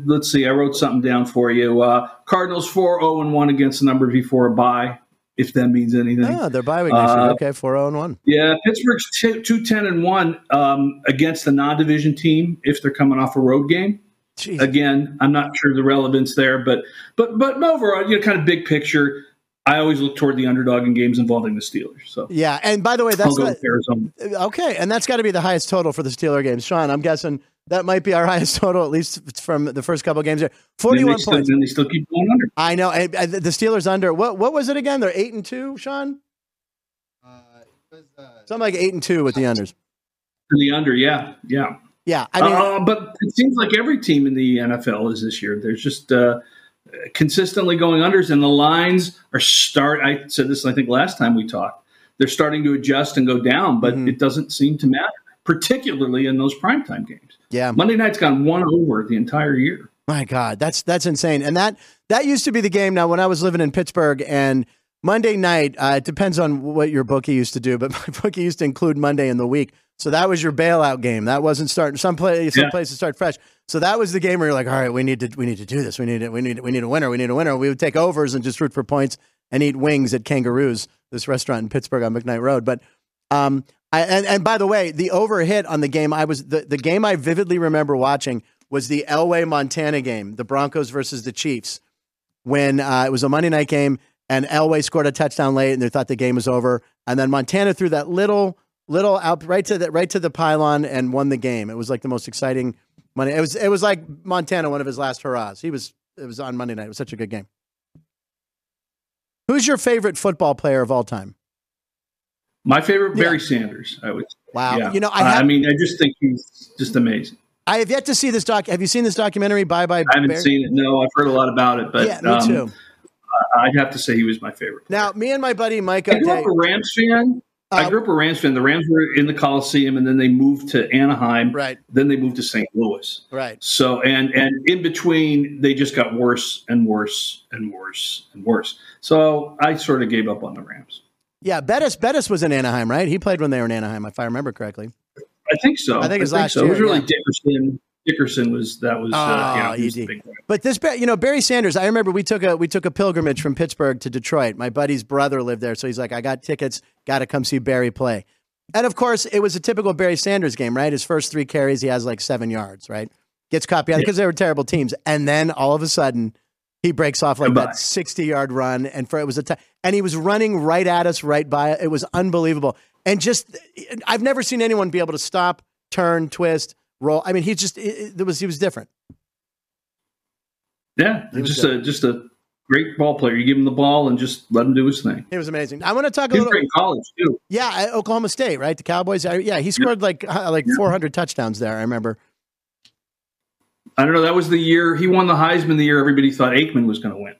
S5: let's see. I wrote something down for you. Uh, Cardinals 4 0 and 1 against the number before a bye, if that means anything.
S1: Oh, they're bye week next year.
S5: Uh,
S1: Okay, four zero and one.
S5: Yeah, Pittsburgh's t- 2 10 and 1 um, against the non division team if they're coming off a road game.
S1: Jeez.
S5: Again, I'm not sure the relevance there, but but but overall, you know, kind of big picture. I always look toward the underdog in games involving the Steelers. So
S1: Yeah, and by the way,
S5: I'll
S1: that's
S5: go
S1: the,
S5: with Arizona.
S1: okay, and that's got to be the highest total for the Steeler game, Sean. I'm guessing that might be our [LAUGHS] highest total, at least from the first couple of games. There,
S5: Then they,
S1: forty-one
S5: still,
S1: points.
S5: then they still keep going under.
S1: I know I, I- the Steelers under. What what was it again? They're eight and two, Sean.
S6: Uh, it was, uh,
S1: Something like eight and two with the unders.
S5: To the under, yeah, yeah.
S1: Yeah, I mean,
S5: uh, but it seems like every team in the NFL is this year. There's just uh, consistently going unders, and the lines are start. I said this, I think, last time we talked. They're starting to adjust and go down, but
S1: Mhm.
S5: it doesn't seem to matter, particularly in those primetime games.
S1: yeah.
S5: Monday night's gone one over the entire year.
S1: My God, that's that's insane. And that that used to be the game. Now, when I was living in Pittsburgh, and Monday night, uh, it depends on what your bookie used to do, but [LAUGHS] my bookie used to include Monday in the week. So that was your bailout game. That wasn't starting. Some play, some
S5: Yeah.
S1: places start fresh. So that was the game where you're like, all right, we need to we need to do this. We need to, we need we need a winner. We need a winner. We would take overs and just root for points and eat wings at Kangaroos, this restaurant in Pittsburgh on McKnight Road. But um, I, and, and by the way, the over hit on the game I was the, the game I vividly remember watching was the Elway Montana game, the Broncos versus the Chiefs, when uh, it was a Monday night game and Elway scored a touchdown late and they thought the game was over, and then Montana threw that little little out right to the right to the pylon and won the game. It was like the most exciting Monday. It was it was like Montana, one of his last hurrahs. He was it was on Monday night. It was such a good game. Who's your favorite football player of all time?
S5: My favorite,
S1: Yeah.
S5: Barry Sanders. I would.
S1: Wow,
S5: yeah.
S1: you know I
S5: Uh,
S1: have
S5: I mean, I just think he's just amazing.
S1: I have yet to see this doc. Have you seen this documentary? Bye bye.
S5: I haven't seen it. No, I've heard a lot about it, but
S1: yeah, me
S5: um,
S1: too.
S5: I'd have to say he was my favorite.
S1: Now, me and my buddy Mike.
S5: I grew up a Rams fan.
S1: Uh,
S5: I grew up a Rams fan. The Rams were in the Coliseum, and then they moved to Anaheim.
S1: right,
S5: Then they moved to St. Louis.
S1: right.
S5: So and and in between, they just got worse and worse and worse and worse. So I sort of gave up on the Rams.
S1: Yeah, Bettis. Bettis was in Anaheim, right? He played when they were in Anaheim, if I remember correctly.
S5: I think so.
S1: I think it was last
S5: so. It was
S1: year,
S5: really
S1: yeah.
S5: Dickerson. Dickerson was that was uh,
S1: Oh,
S5: you know, he was
S1: ED.
S5: the big guy.
S1: But this, Ba- you know, Barry Sanders. I remember we took a we took a pilgrimage from Pittsburgh to Detroit. My buddy's brother lived there, so he's like, I got tickets, got to come see Barry play. And of course, it was a typical Barry Sanders game, right? His first three carries, he has like seven yards, right? Gets caught behind because they were terrible teams, and then all of a sudden, he breaks off like
S5: Goodbye.
S1: that sixty yard run, and for it was a t- and he was running right at us, right by it was unbelievable, and just I've never seen anyone be able to stop, turn, twist, roll. I mean, he just it, it was he was different.
S5: Yeah,
S1: He was
S5: just
S1: good.
S5: a just a great ball player. You give him the ball and just let him do his thing.
S1: It was amazing. I want to talk a
S5: He was
S1: little.
S5: great in college too.
S1: Yeah, at Oklahoma State, right? The Cowboys. I, yeah, he scored like uh, like 400 touchdowns there. I remember.
S5: I don't know. That was the year he won the Heisman. The year everybody thought Aikman was going to win.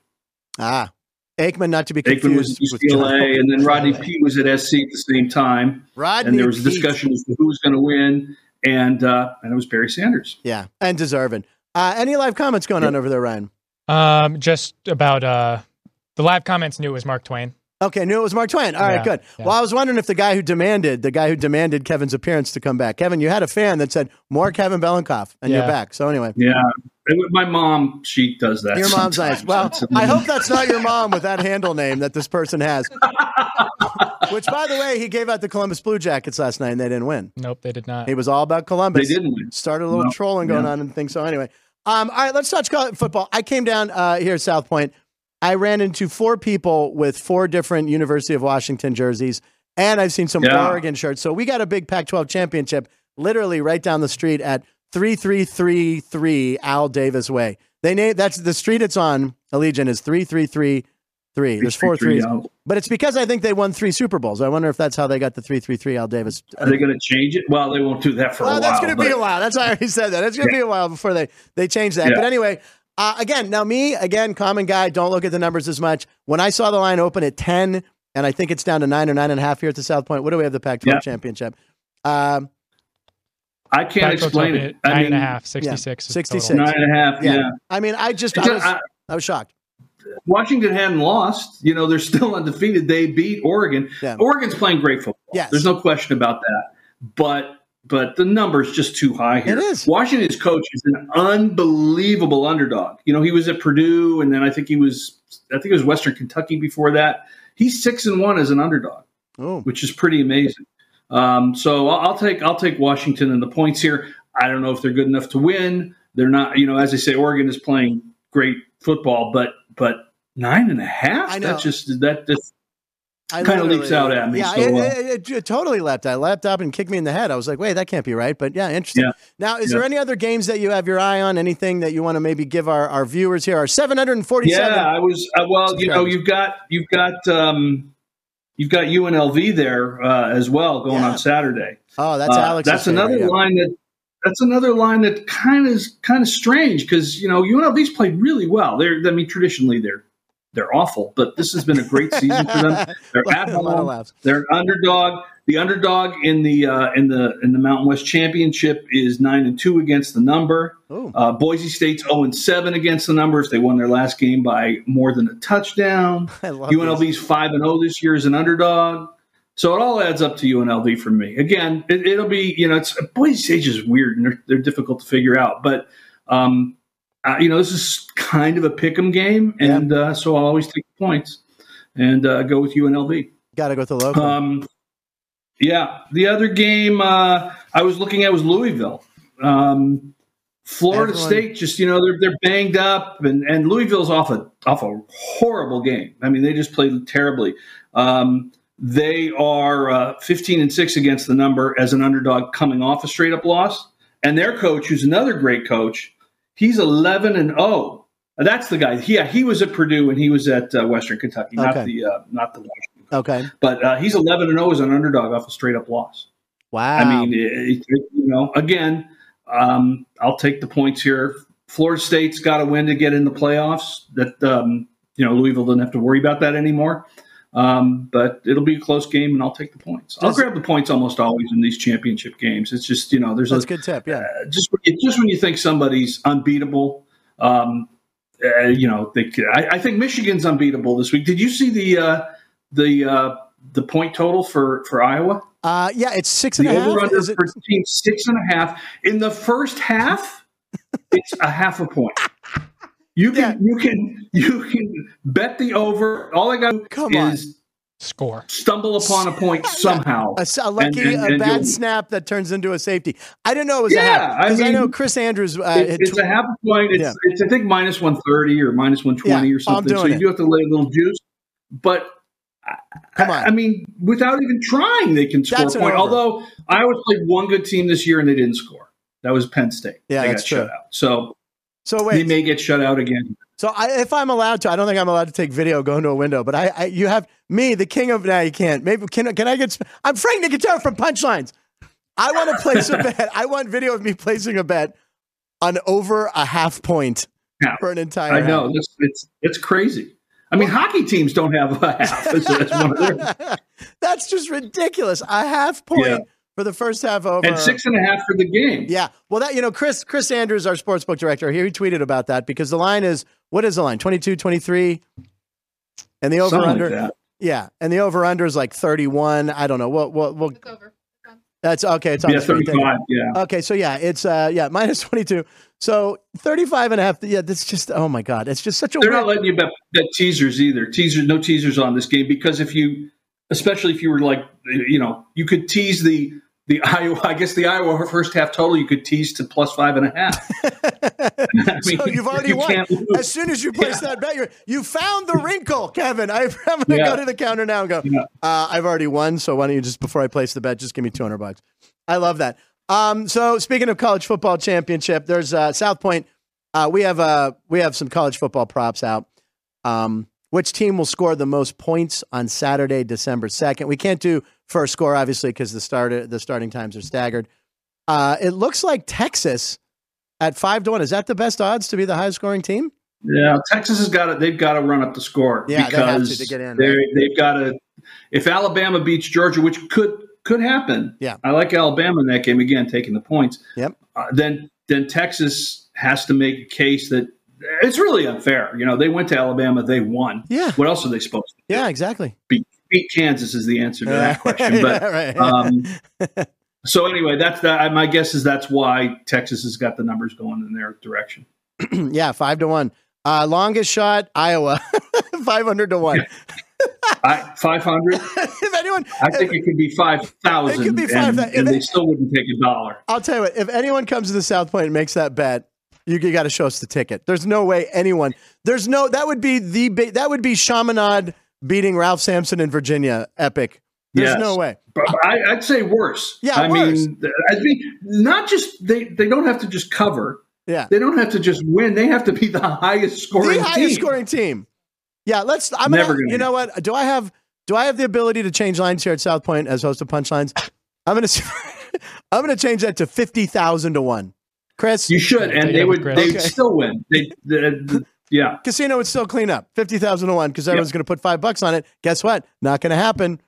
S1: Ah, Aikman, not to be
S5: Aikman was
S1: confused
S5: at
S1: with John-
S5: UCLA, and then Rodney Pete was at SC at the same time,
S1: Rodney
S5: and there was a
S1: Peete.
S5: discussion as to who was going to win, and uh, and it was Barry Sanders.
S1: Yeah, and deserving. Uh, any live comments going on over there, Ryan?
S2: Um, just about uh, the live comments knew it was Mark Twain.
S1: Okay, knew it was Mark Twain. All right,
S2: Yeah,
S1: good.
S2: yeah.
S1: Well, I was wondering if the guy who demanded the guy who demanded Kevin's appearance to come back, Kevin, you had a fan that said more Kevin Belenkoff, and you're
S2: Yeah.
S1: back. So anyway,
S5: Yeah, And my mom, she does that.
S1: your mom's nice.
S5: sometimes.
S1: Well,
S5: That's-
S1: I hope that's not your mom with that handle name that this person has. Which, by the way, he gave out the Columbus Blue Jackets last night, and they didn't win.
S2: Nope, they did not.
S1: He was all about
S5: they
S1: Columbus.
S5: didn't win.
S1: started a little
S5: No.
S1: trolling going
S5: Yeah.
S1: on and things. So anyway, um, all right, let's touch co- football. I came down uh, here at South Point. I ran into four people with four different University of Washington jerseys, and I've seen some
S5: Yeah.
S1: Oregon shirts. So we got a big Pac-12 championship literally right down the street at three three three three Al Davis Way. They name that's the street it's on. Allegiant is three three three three. There's four
S5: Three
S1: threes,
S5: out.
S1: but it's because I think they won three Super Bowls. I wonder if that's how they got the three three three Al Davis. uh,
S5: Are they going to change it? Well, they won't do that for a
S1: Well,
S5: while.
S1: that's going to be
S5: but-
S1: a while. That's why I already said that. It's going to be a while before they they change that.
S5: Yeah.
S1: But anyway, uh, again, now me again, common guy. Don't look at the numbers as much. When I saw the line open at ten, and I think it's down to nine or nine and a half here at the South Point. What do we have the Pac-12
S5: Yeah.
S1: championship? Um,
S5: I can't explain it. I
S2: Nine
S5: mean,
S2: and a half, 66.
S1: 66.
S2: total.
S5: Nine and a half.
S1: Yeah.
S5: Yeah.
S1: I mean, I just
S5: It's uh,
S1: I was,
S5: just- I-
S1: I was shocked.
S5: Washington hadn't lost. You know, they're still [LAUGHS] undefeated. They beat Oregon.
S1: Yeah.
S5: Oregon's playing great football.
S1: Yes.
S5: There's no question about that. But but the number's just too high here.
S1: It is.
S5: Washington's coach is an unbelievable underdog. You know, he was at Purdue and then I think he was I think it was Western Kentucky before that. He's six and one as an underdog
S1: Oh,
S5: which is pretty amazing. Um, so I'll, I'll take I'll take Washington and the points here. I don't know if they're good enough to win. They're not, you know, as I say, Oregon is playing great football, but but nine and a half.
S1: I know.
S5: That just that just
S1: I
S5: Kinda
S1: literally-
S5: leaps out at me,
S1: Yeah,
S5: so,
S1: it,
S5: uh,
S1: it, it- it totally leapt. I leapt up and kicked me in the head. I was like, wait, that can't be right. But yeah, interesting.
S5: Yeah.
S1: Now, is
S5: Yeah.
S1: there any other games that you have your eye on? Anything that you want to maybe give our, our viewers here? Our 747.
S5: yeah. I was uh, well, you know, you've got you've got um, you've got UNLV there uh, as well going
S1: Yeah.
S5: on Saturday.
S1: Oh, that's
S5: Uh,
S1: Alex.
S5: That's another line that that's another line that kind of is kind of strange because you know UNLV's played really well. They're I mean traditionally they're they're awful, but this has been a great
S1: [LAUGHS]
S5: season for them. They're at
S1: a lot of
S5: home.
S1: laughs.
S5: They're an underdog. The underdog in the uh, in the in the Mountain West Championship is nine and two against the number.
S1: Ooh.
S5: Uh, Boise State's zero and seven against the numbers. They won their last game by more than a touchdown.
S1: I love these.
S5: UNLV's five and zero this year as an underdog. So it all adds up to UNLV for me. Again, it, it'll be you know it's Boise State is weird and they're, they're difficult to figure out. But um, uh, you know this is kind of a pick'em game, and uh, so I'll always take the points and uh, go with UNLV.
S1: Got to go with the local.
S5: Um, yeah, the other game uh, I was looking at was Louisville. Um, Florida
S1: Everyone-
S5: State just you know they're they're banged up and and Louisville's off a off a horrible game. I mean they just played terribly. Um, they are uh, 15 and six against the number as an underdog coming off a straight up loss, and their coach, who's another great coach, he's 11 and 0. That's the guy. Yeah, he was at Purdue and he was at uh, Western Kentucky,
S1: Okay.
S5: not the uh, not the
S1: okay.
S5: but uh, he's 11 and 0 as an underdog off a straight up loss.
S1: Wow.
S5: I mean, it, it- you know, again, um, I'll take the points here. Florida State's got to win to get in the playoffs. That um, you know, Louisville doesn't have to worry about that anymore. Um, but it'll be a close game, and I'll take the points. I'll
S1: Does-
S5: grab the points almost always in these championship games. It's just you know, there's a
S1: that's a good tip. Yeah.
S5: uh, just when you- just when you think somebody's unbeatable, um, uh, you know, they, could- I, I think Michigan's unbeatable this week. Did you see the uh, the uh, the point total for for Iowa?
S1: Uh, yeah, it's six and
S5: The
S1: a half.
S5: over under
S1: Is it-
S5: for team six and a half in the
S1: [LAUGHS]
S5: first half. it's a half a point. You can
S1: Yeah.
S5: you can you can bet the over. All I got to do
S1: Come on.
S5: is
S2: Score.
S5: stumble upon
S1: [LAUGHS]
S5: a point somehow.
S1: A, s- a lucky,
S5: and- and
S1: a bad
S5: you'll-
S1: snap that turns into a safety. I didn't know it was a
S5: Yeah,
S1: half
S5: I
S1: because I,
S5: mean,
S1: know Chris Andrews. Uh,
S5: It-
S1: had
S5: it's
S1: tw-
S5: a half a point. It's,
S1: Yeah.
S5: it's I think minus one thirty or minus one twenty
S1: Yeah,
S5: or something.
S1: I'm
S5: So
S1: doing
S5: you do have to lay a little juice. But
S1: come
S5: I
S1: on,
S5: mean, without even trying, they can score
S1: That's
S5: a
S1: an
S5: point.
S1: over.
S5: Although Iowa played one good team this year and they didn't score. That was Penn State.
S1: Yeah,
S5: they
S1: that's
S5: got
S1: true.
S5: shut out. So
S1: so
S5: they
S1: wait.
S5: may get shut out again.
S1: So I, if I'm allowed to, I don't think I'm allowed to take video going to a window. But I, I you have me, the king of now. You can't. Maybe can can I get? sp- I'm Frank Nicotero from Punchlines. I
S5: [LAUGHS]
S1: want to place a bet. I want video of me placing a bet on over a half point
S5: Yeah.
S1: for an entire.
S5: I know it's it's, it's crazy. I mean, hockey teams don't have a half. That's, that's one of
S1: [LAUGHS]
S5: their-
S1: half. That's just ridiculous. A half point
S5: Yeah.
S1: for the first half over.
S5: and six and a half for the game.
S1: Yeah. Well, that, you know, Chris, Chris Andrews, our sportsbook director here, he tweeted about that because the line is, what is the line? 22, 23 and the over
S5: Something like
S1: under.
S5: that.
S1: Yeah, and the over under is like thirty one. I don't know. What what what?
S3: It's over.
S1: That's okay. It's on
S5: yeah,
S1: the screen. Thank you.
S5: 35. Yeah.
S1: Okay, so yeah, it's uh yeah, [LAUGHS] minus 22. So 35 and a half. Yeah, that's just oh my god. It's just such a
S5: They're
S1: weird-
S5: not letting you bet, bet teasers either. Teasers, no teasers on this game because if you, especially if you were like, you know, you could tease the the Iowa. I guess the Iowa first half total you could tease to plus five and a half. [LAUGHS] I mean,
S1: [LAUGHS] so you've already
S5: you
S1: won.
S5: can't lose.
S1: As soon as you place that bet, you're, you found the wrinkle, Kevin. [LAUGHS] I, am going to
S5: Yeah.
S1: go to the counter now and go.
S5: Yeah.
S1: Uh, I've already won, so why don't you just before I place the bet, just give me two hundred bucks. I love that. Um, so speaking of college football championship, there's uh, South Point. Uh, we have uh, we have some college football props out. Um, which team will score the most points on Saturday, December second? We can't do first score obviously because the start the starting times are staggered. Uh, it looks like Texas at five to one. Is that the best odds to be the highest scoring team?
S5: Yeah, Texas has got to. They've got to run up the score.
S1: Yeah, they have to,
S5: because
S1: to get in,
S5: they- They've got to. If Alabama beats Georgia, which could could happen.
S1: Yeah.
S5: I like Alabama in that game again, taking the points.
S1: Yep.
S5: Uh, then then Texas has to make a case that it's really unfair. You know, they went to Alabama, they won.
S1: [LAUGHS] Yeah.
S5: What else are they supposed to? do?
S1: Yeah, exactly.
S5: Beat, beat Kansas is the answer
S1: [LAUGHS]
S5: to that question. But
S1: Yeah, right.
S5: um,
S1: [LAUGHS]
S5: so anyway, that's that. My guess is that's why Texas has got the numbers going in their direction.
S1: yeah, five to one. Uh, longest shot, Iowa, [LAUGHS] five hundred to one.
S5: I, Five hundred.
S1: if anyone,
S5: I think it could be five thousand.
S1: It could be
S5: and,
S1: 5,000.
S5: and they still wouldn't take a dollar.
S1: I'll tell you what. If anyone comes to the South Point and makes that bet, you, got to show us the ticket. There's no way anyone. There's no. That would be the big. That would be Chaminade beating Ralph Sampson in Virginia. Epic. There's
S5: Yes.
S1: no way.
S5: But I, I'd say worse.
S1: Yeah,
S5: I
S1: worse.
S5: mean, th- I mean, not just they. They don't have to just cover.
S1: Yeah.
S5: They don't have to just win. They have to be the highest scoring.
S1: the highest
S5: team.
S1: scoring team. Yeah, let's. I'm gonna,
S5: Never gonna
S1: You know what? Do I have? Do I have the ability to change lines here at South Point as host of Punchlines? I'm gonna. [LAUGHS] I'm gonna change that to fifty thousand to one. Chris
S5: You should,
S2: Take
S5: and
S2: it
S5: they
S2: up
S5: would.
S2: with Chris.
S5: They would
S1: Okay.
S5: still win. They, the
S1: [LAUGHS]
S5: the- yeah.
S1: Casino would still clean up fifty thousand to one because everyone's gonna put five bucks on it. Guess what? Not gonna happen.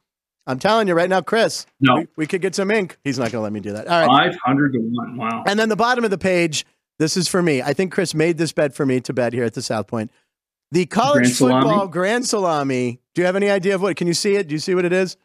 S1: I'm telling you right now, Chris.
S5: No.
S1: we, we could get some ink. He's not gonna let me do that. All right.
S5: Five hundred to one. Wow.
S1: And then the bottom of the page, this is for me. I think Chris made this bet for me to bet here at the South Point. The college
S5: Grand salami?
S1: football grand salami. Do you have any idea of what? Can you see it? Do you see what it is?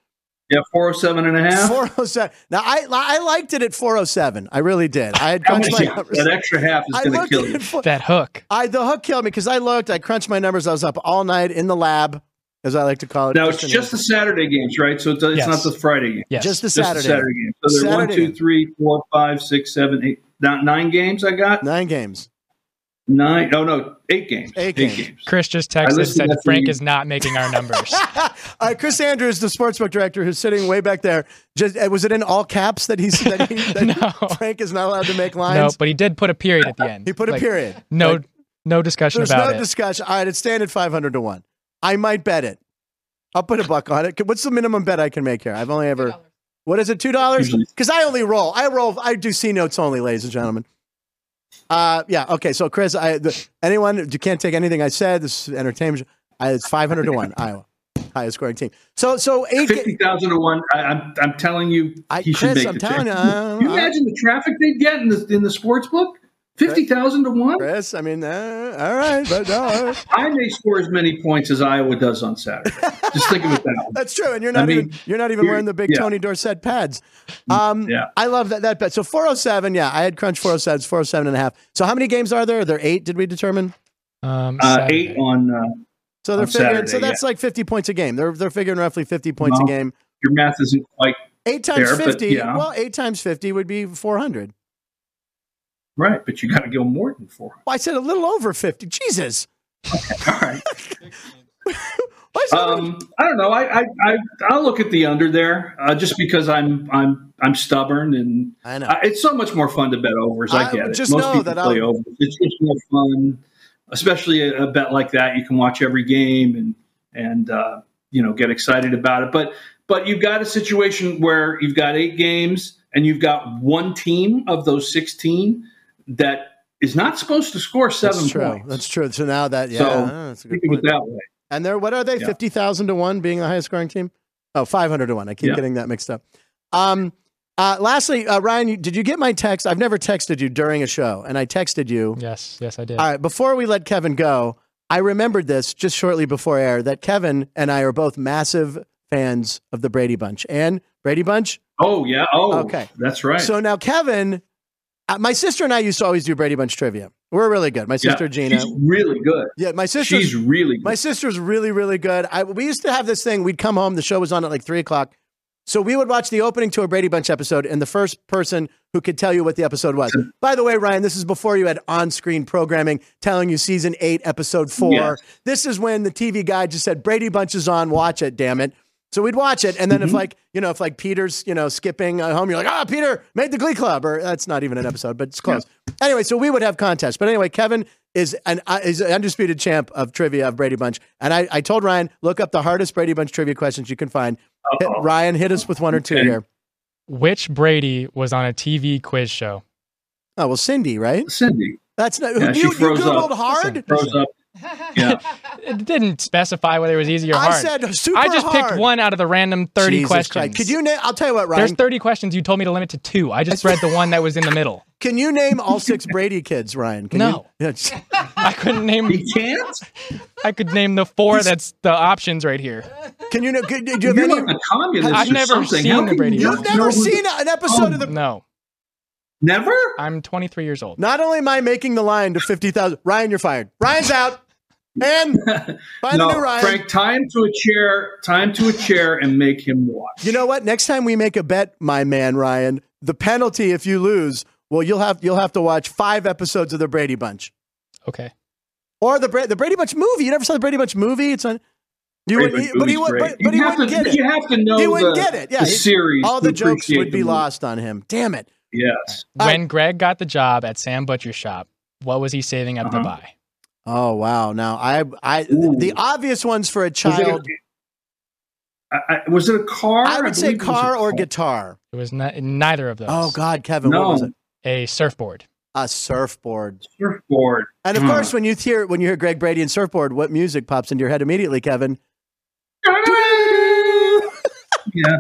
S5: Yeah, four hundred seven and a half.
S1: 407. Now, I I liked it at 407. I really did. I had
S5: How
S1: crunched
S5: much-
S1: my
S5: yeah,
S1: numbers.
S5: that extra half is
S1: I
S5: going to
S1: looked at
S5: kill
S1: it
S5: you.
S1: at four-
S2: That hook.
S1: I, the hook killed me because I looked, I crunched my numbers. I was up all night in the lab, as I like to call it.
S5: Now it's
S1: in-
S5: just the Saturday games, right? So it's, it's
S2: Yes.
S5: not the Friday game.
S2: Yes.
S1: just the
S5: Just
S1: Saturday.
S5: the Saturday game. So there are one,
S1: Saturday
S5: two,
S1: game.
S5: three, four, five, six, seven, eight, not nine games. I got
S1: Nine games. [LAUGHS]
S5: nine. No, no, eight games.
S1: Eight games.
S2: Chris just texted and
S5: listened
S2: said
S5: to that
S2: Frank
S5: thing.
S2: is not making
S1: [LAUGHS]
S2: our numbers.
S1: All right, Chris Andrews, the sportsbook director, who's sitting way back there. Just uh, was it in all caps that he's that, he, that
S2: [LAUGHS] No.
S1: Frank is not allowed to make
S2: no,
S1: lines?
S2: but he did put a period at the end.
S1: He put a
S2: Like,
S1: period.
S2: No,
S1: Like,
S2: no discussion
S1: there's
S2: about
S1: no
S2: it.
S1: discussion. All right, it's standing at five hundred to one. I might bet it. I'll put a buck on it. What's the minimum bet I can make here? I've only ever
S3: $2.
S1: what is it? Two dollars?
S5: Usually.
S1: Because I only roll. I roll. I do C notes only, ladies and gentlemen. Uh, yeah. Okay. So Chris, I the, anyone you can't take anything I said. This is entertainment. I, it's five hundred to
S5: [LAUGHS]
S1: one. Iowa, highest scoring team. So so eight. ga-
S5: Fifty thousand to one. I, I'm, I'm telling you,
S1: I-
S5: he should
S1: Chris,
S5: make
S1: I'm
S5: the
S1: telling
S5: check.
S1: you, I-
S5: Can you
S1: I-
S5: imagine the traffic they'd get in the in the sports book. Fifty thousand to one.
S1: Chris, I mean, uh, all right, but no,
S5: I may score as many points as Iowa does
S1: [LAUGHS]
S5: on Saturday. Just think of it that way.
S1: that's true. And you're
S5: I
S1: not
S5: mean,
S1: even you're not even
S5: you're-
S1: wearing the big
S5: yeah. Mm,
S1: Tony Dorsett pads. Um,
S5: Yeah.
S1: I love that that bet. So 407, yeah, I had crunch 407, it's 407 and a half. So how many games are there? Are there eight? Did we determine?
S2: Um,
S5: Uh,
S2: Saturday.
S5: eight on uh,
S1: So they're
S5: On
S1: figuring. so
S5: Saturday,
S1: that's like 50 points a game. They're they're figuring roughly 50 points a
S5: No.
S1: game.
S5: your math isn't quite
S1: Eight times
S5: Fair, but
S1: 50.
S5: yeah.
S1: Well, eight times 50 would be 400.
S5: right, but you got to go more than four.
S1: Well, I said a little over 50. Jesus.
S5: All right.
S1: [LAUGHS] Why is everyone-
S5: Um, I don't know. I, I, I I'll look at the under there uh, just because I'm I'm I'm stubborn and
S1: I know.
S5: I, it's so much more fun to bet overs. I,
S1: I
S5: get it.
S1: just
S5: Most
S1: know
S5: people
S1: that
S5: play
S1: I'll-
S5: overs. It's just more fun, especially a, a bet like that. You can watch every game and and uh, you know get excited about it. But but you've got a situation where you've got eight games and you've got one team of those sixteen that is not supposed to score seven
S1: that's true.
S5: points.
S1: That's true. So now that, yeah,
S5: So,
S1: oh, that's a good
S5: Think of
S1: point.
S5: it that way.
S1: And they're what are they?
S5: Yeah.
S1: Fifty thousand to one being the highest scoring team. Oh, 500 to one. I keep
S5: Yeah.
S1: getting that mixed up. Um, uh, lastly, uh, Ryan, you, did you get my text? I've never texted you during a show, and I texted you.
S2: Yes, yes, I did.
S1: All right, before we let Kevin go, I remembered this just shortly before air that Kevin and I are both massive fans of the Brady Bunch. And Brady Bunch?
S5: Oh yeah. Oh,
S1: Okay.
S5: okay. That's right.
S1: So now Kevin, uh, my sister and I used to always do Brady Bunch trivia. We're really good. My sister
S5: yeah,
S1: Gina.
S5: she's really good.
S1: yeah, my sister's
S5: She's really good.
S1: my sister's really, really good. I, we used to have this thing. We'd come home. The show was on at like three o'clock. So we would watch the opening to a Brady Bunch episode, and the first person who could tell you what the episode was. By the way, Ryan, this is before you had on-screen programming telling you season eight, episode four.
S5: Yes.
S1: This is when the TV guy just said Brady Bunch is on. Watch it, damn it. So we'd watch it, and then
S5: Mm-hmm.
S1: if like you know if like Peter's you know skipping uh, home, you're like ah Peter made the Glee Club, or that's not even an episode, but it's close. Anyway, so we would have contests, but anyway, Kevin is an uh, is an undisputed champ of trivia of Brady Bunch, and I, I told Ryan look up the hardest Brady Bunch trivia questions you can find. Hit-
S5: Uh-oh.
S1: Ryan hit us with one or two
S5: Okay.
S1: here.
S2: Which Brady was on a TV quiz show?
S1: Oh well, Cindy, right?
S5: Cindy.
S1: That's not
S5: Yeah, she
S1: you, you
S5: froze
S1: googled
S5: up.
S1: hard.
S5: Froze up. Yeah.
S2: It didn't specify whether it was easy or hard.
S1: I said super
S2: I just
S1: hard.
S2: picked one out of the random 30
S1: Jesus Christ.
S2: questions.
S1: Could you? Na- I'll tell you what, Ryan.
S2: There's 30 questions. You told me to limit to two. I just read the one that was in the middle.
S1: Can you name
S5: [LAUGHS]
S1: all six Brady kids, Ryan? Can
S2: No.
S1: You, Yeah, just-
S2: I couldn't name.
S5: He can't.
S2: I could name the four. That's the options right here.
S1: [LAUGHS] can you? know- could- Do you have
S5: You're
S1: any?
S5: like a communist
S2: I've
S5: or
S2: never
S5: something.
S2: seen
S5: How
S2: the
S5: can
S2: Brady
S5: you
S2: Bunch.
S1: You've
S5: not
S1: never
S5: know who-
S1: seen an episode of the.
S2: Oh, No,
S1: [LAUGHS]
S5: Never.
S2: I'm 23 years old.
S1: Not only am I making the line to fifty thousand, Ryan, you're fired. Ryan's out. And find a new
S5: [LAUGHS] No,
S1: Ryan.
S5: Frank. Tie him to a chair. Tie him to a chair and make him watch.
S1: You know what? Next time we make a bet, my man Ryan, the penalty if you lose, well, you'll have you'll have to watch five episodes of the Brady Bunch
S2: Okay.
S1: or the Bra- the Brady Bunch movie. You never saw the Brady Bunch movie? It's on. You
S5: Brady
S1: would,
S5: Bunch
S1: but he
S5: movie's
S1: would,
S5: great.
S1: but, but he
S5: You have
S1: wouldn't
S5: to-
S1: get it.
S5: You have to know
S1: He wouldn't
S5: the,
S1: get it. Yeah,
S5: the
S1: he-
S5: series.
S1: All
S5: to
S1: the jokes
S5: appreciate
S1: would
S5: the
S1: be
S5: movie.
S1: lost on him. Damn it.
S5: Yes.
S1: I-
S2: When Greg got the job at Sam Butcher's shop, what was he saving up to
S5: Uh-huh.
S2: buy?
S1: Oh wow! Now I, I,
S5: Ooh.
S1: the obvious ones for a
S5: Was it a-
S1: child,
S5: I- I- was it a car?
S1: I would say
S5: believe it was a
S1: car or guitar.
S2: It was not, neither of those.
S1: Oh God, Kevin, what
S5: No.
S1: was it?
S2: A surfboard.
S1: A surfboard.
S5: Surfboard.
S1: And of
S5: Hmm.
S1: course, when you hear when you hear Greg Brady and surfboard, what music pops into your head immediately, Kevin?
S5: yeah,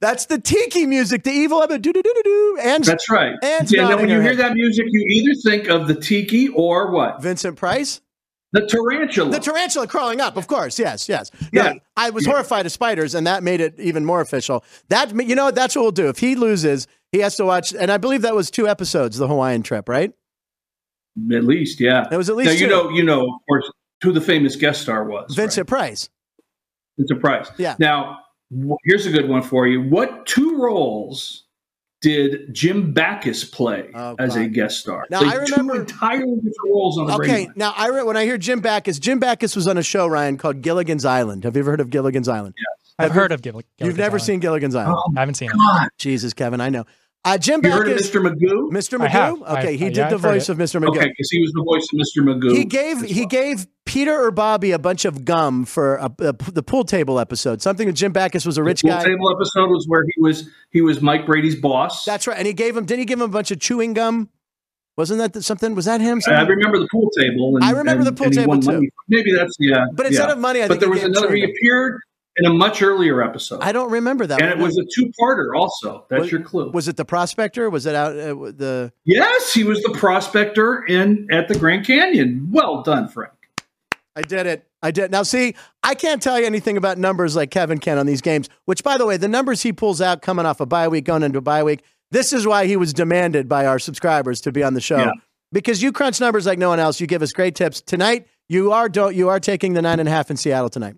S1: That's the tiki music, the evil do do do do do, and
S5: that's right.
S1: And
S5: yeah,
S1: nodding
S5: now when you
S1: her
S5: hear
S1: head.
S5: that music, you either think of the tiki or what?
S1: Vincent Price,
S5: The tarantula.
S1: the tarantula crawling up. Of course, yes, yes. No,
S5: Yeah.
S1: I was
S5: Yeah.
S1: horrified of spiders, and that made it even more official. That you know, what? that's what we'll do. If he loses, he has to watch, and I believe that was two episodes, the Hawaiian trip, right?
S5: At least, yeah.
S1: It was at
S5: Now
S1: least
S5: you
S1: two.
S5: know, you know, of course, who the famous guest star was.
S1: Vincent Price.
S5: right? Vincent Price.
S1: Yeah.
S5: Now wh- here's a good one for you. What two roles did Jim Backus play
S1: Oh,
S5: as a
S1: God.
S5: guest star?
S1: Now,
S5: Played
S1: I remember-
S5: two entirely different roles on the
S1: Okay,
S5: radio.
S1: now I re- when I hear Jim Backus, Jim Backus was on a show Ryan called Gilligan's Island. Have you ever heard of Gilligan's Island?
S2: I've
S1: Have you-
S2: heard of Gilligan.
S1: You've never seen Gilligan's Island.
S5: Oh,
S2: I haven't seen it.
S5: God.
S1: Jesus, Kevin, I know. Uh, Jim
S5: You heard of
S1: Backus,
S5: Mr. Magoo?
S1: Mr.
S2: I have.
S1: Magoo.
S2: I've-
S1: Okay, he
S2: yeah,
S1: did
S2: I've
S1: the
S2: heard
S1: voice
S2: it.
S1: of Mr. Magoo.
S5: Okay, because he was the voice of Mr. Magoo.
S1: He gave
S5: as
S1: he
S5: well.
S1: gave Peter or Bobby a bunch of gum for a, a, the pool table episode. Something that Jim Backus was a rich
S5: The pool
S1: guy.
S5: table episode was where he was he was Mike Brady's boss.
S1: That's right. And he gave him. Didn't he give him a bunch of chewing gum? Wasn't that the, something? Was that him?
S5: And I
S1: Something?
S5: remember the pool table. And,
S1: I remember
S5: and-
S1: the pool
S5: and he
S1: table,
S5: won
S1: too.
S5: money. Maybe that's yeah.
S1: But instead
S5: yeah.
S1: of money, I think
S5: but there
S1: he
S5: was
S1: gave
S5: another.
S1: chewing
S5: He
S1: gum.
S5: appeared in a much earlier episode,
S1: I don't remember that.
S5: and it
S1: one.
S5: was a two-parter. Also, that's
S1: Was-
S5: your clue.
S1: Was it the prospector? Was it out uh, the?
S5: yes, he was the prospector in at the Grand Canyon. Well done, Frank.
S1: I did it. I did. Now, see, I can't tell you anything about numbers like Kevin can on these games, which, by the way, the numbers he pulls out coming off a bye week, going into a bye week, this is why he was demanded by our subscribers to be on the show.
S5: Yeah.
S1: Because you crunch numbers like no one else. You give us great tips. Tonight, you are don't you are taking the nine and a half in Seattle tonight.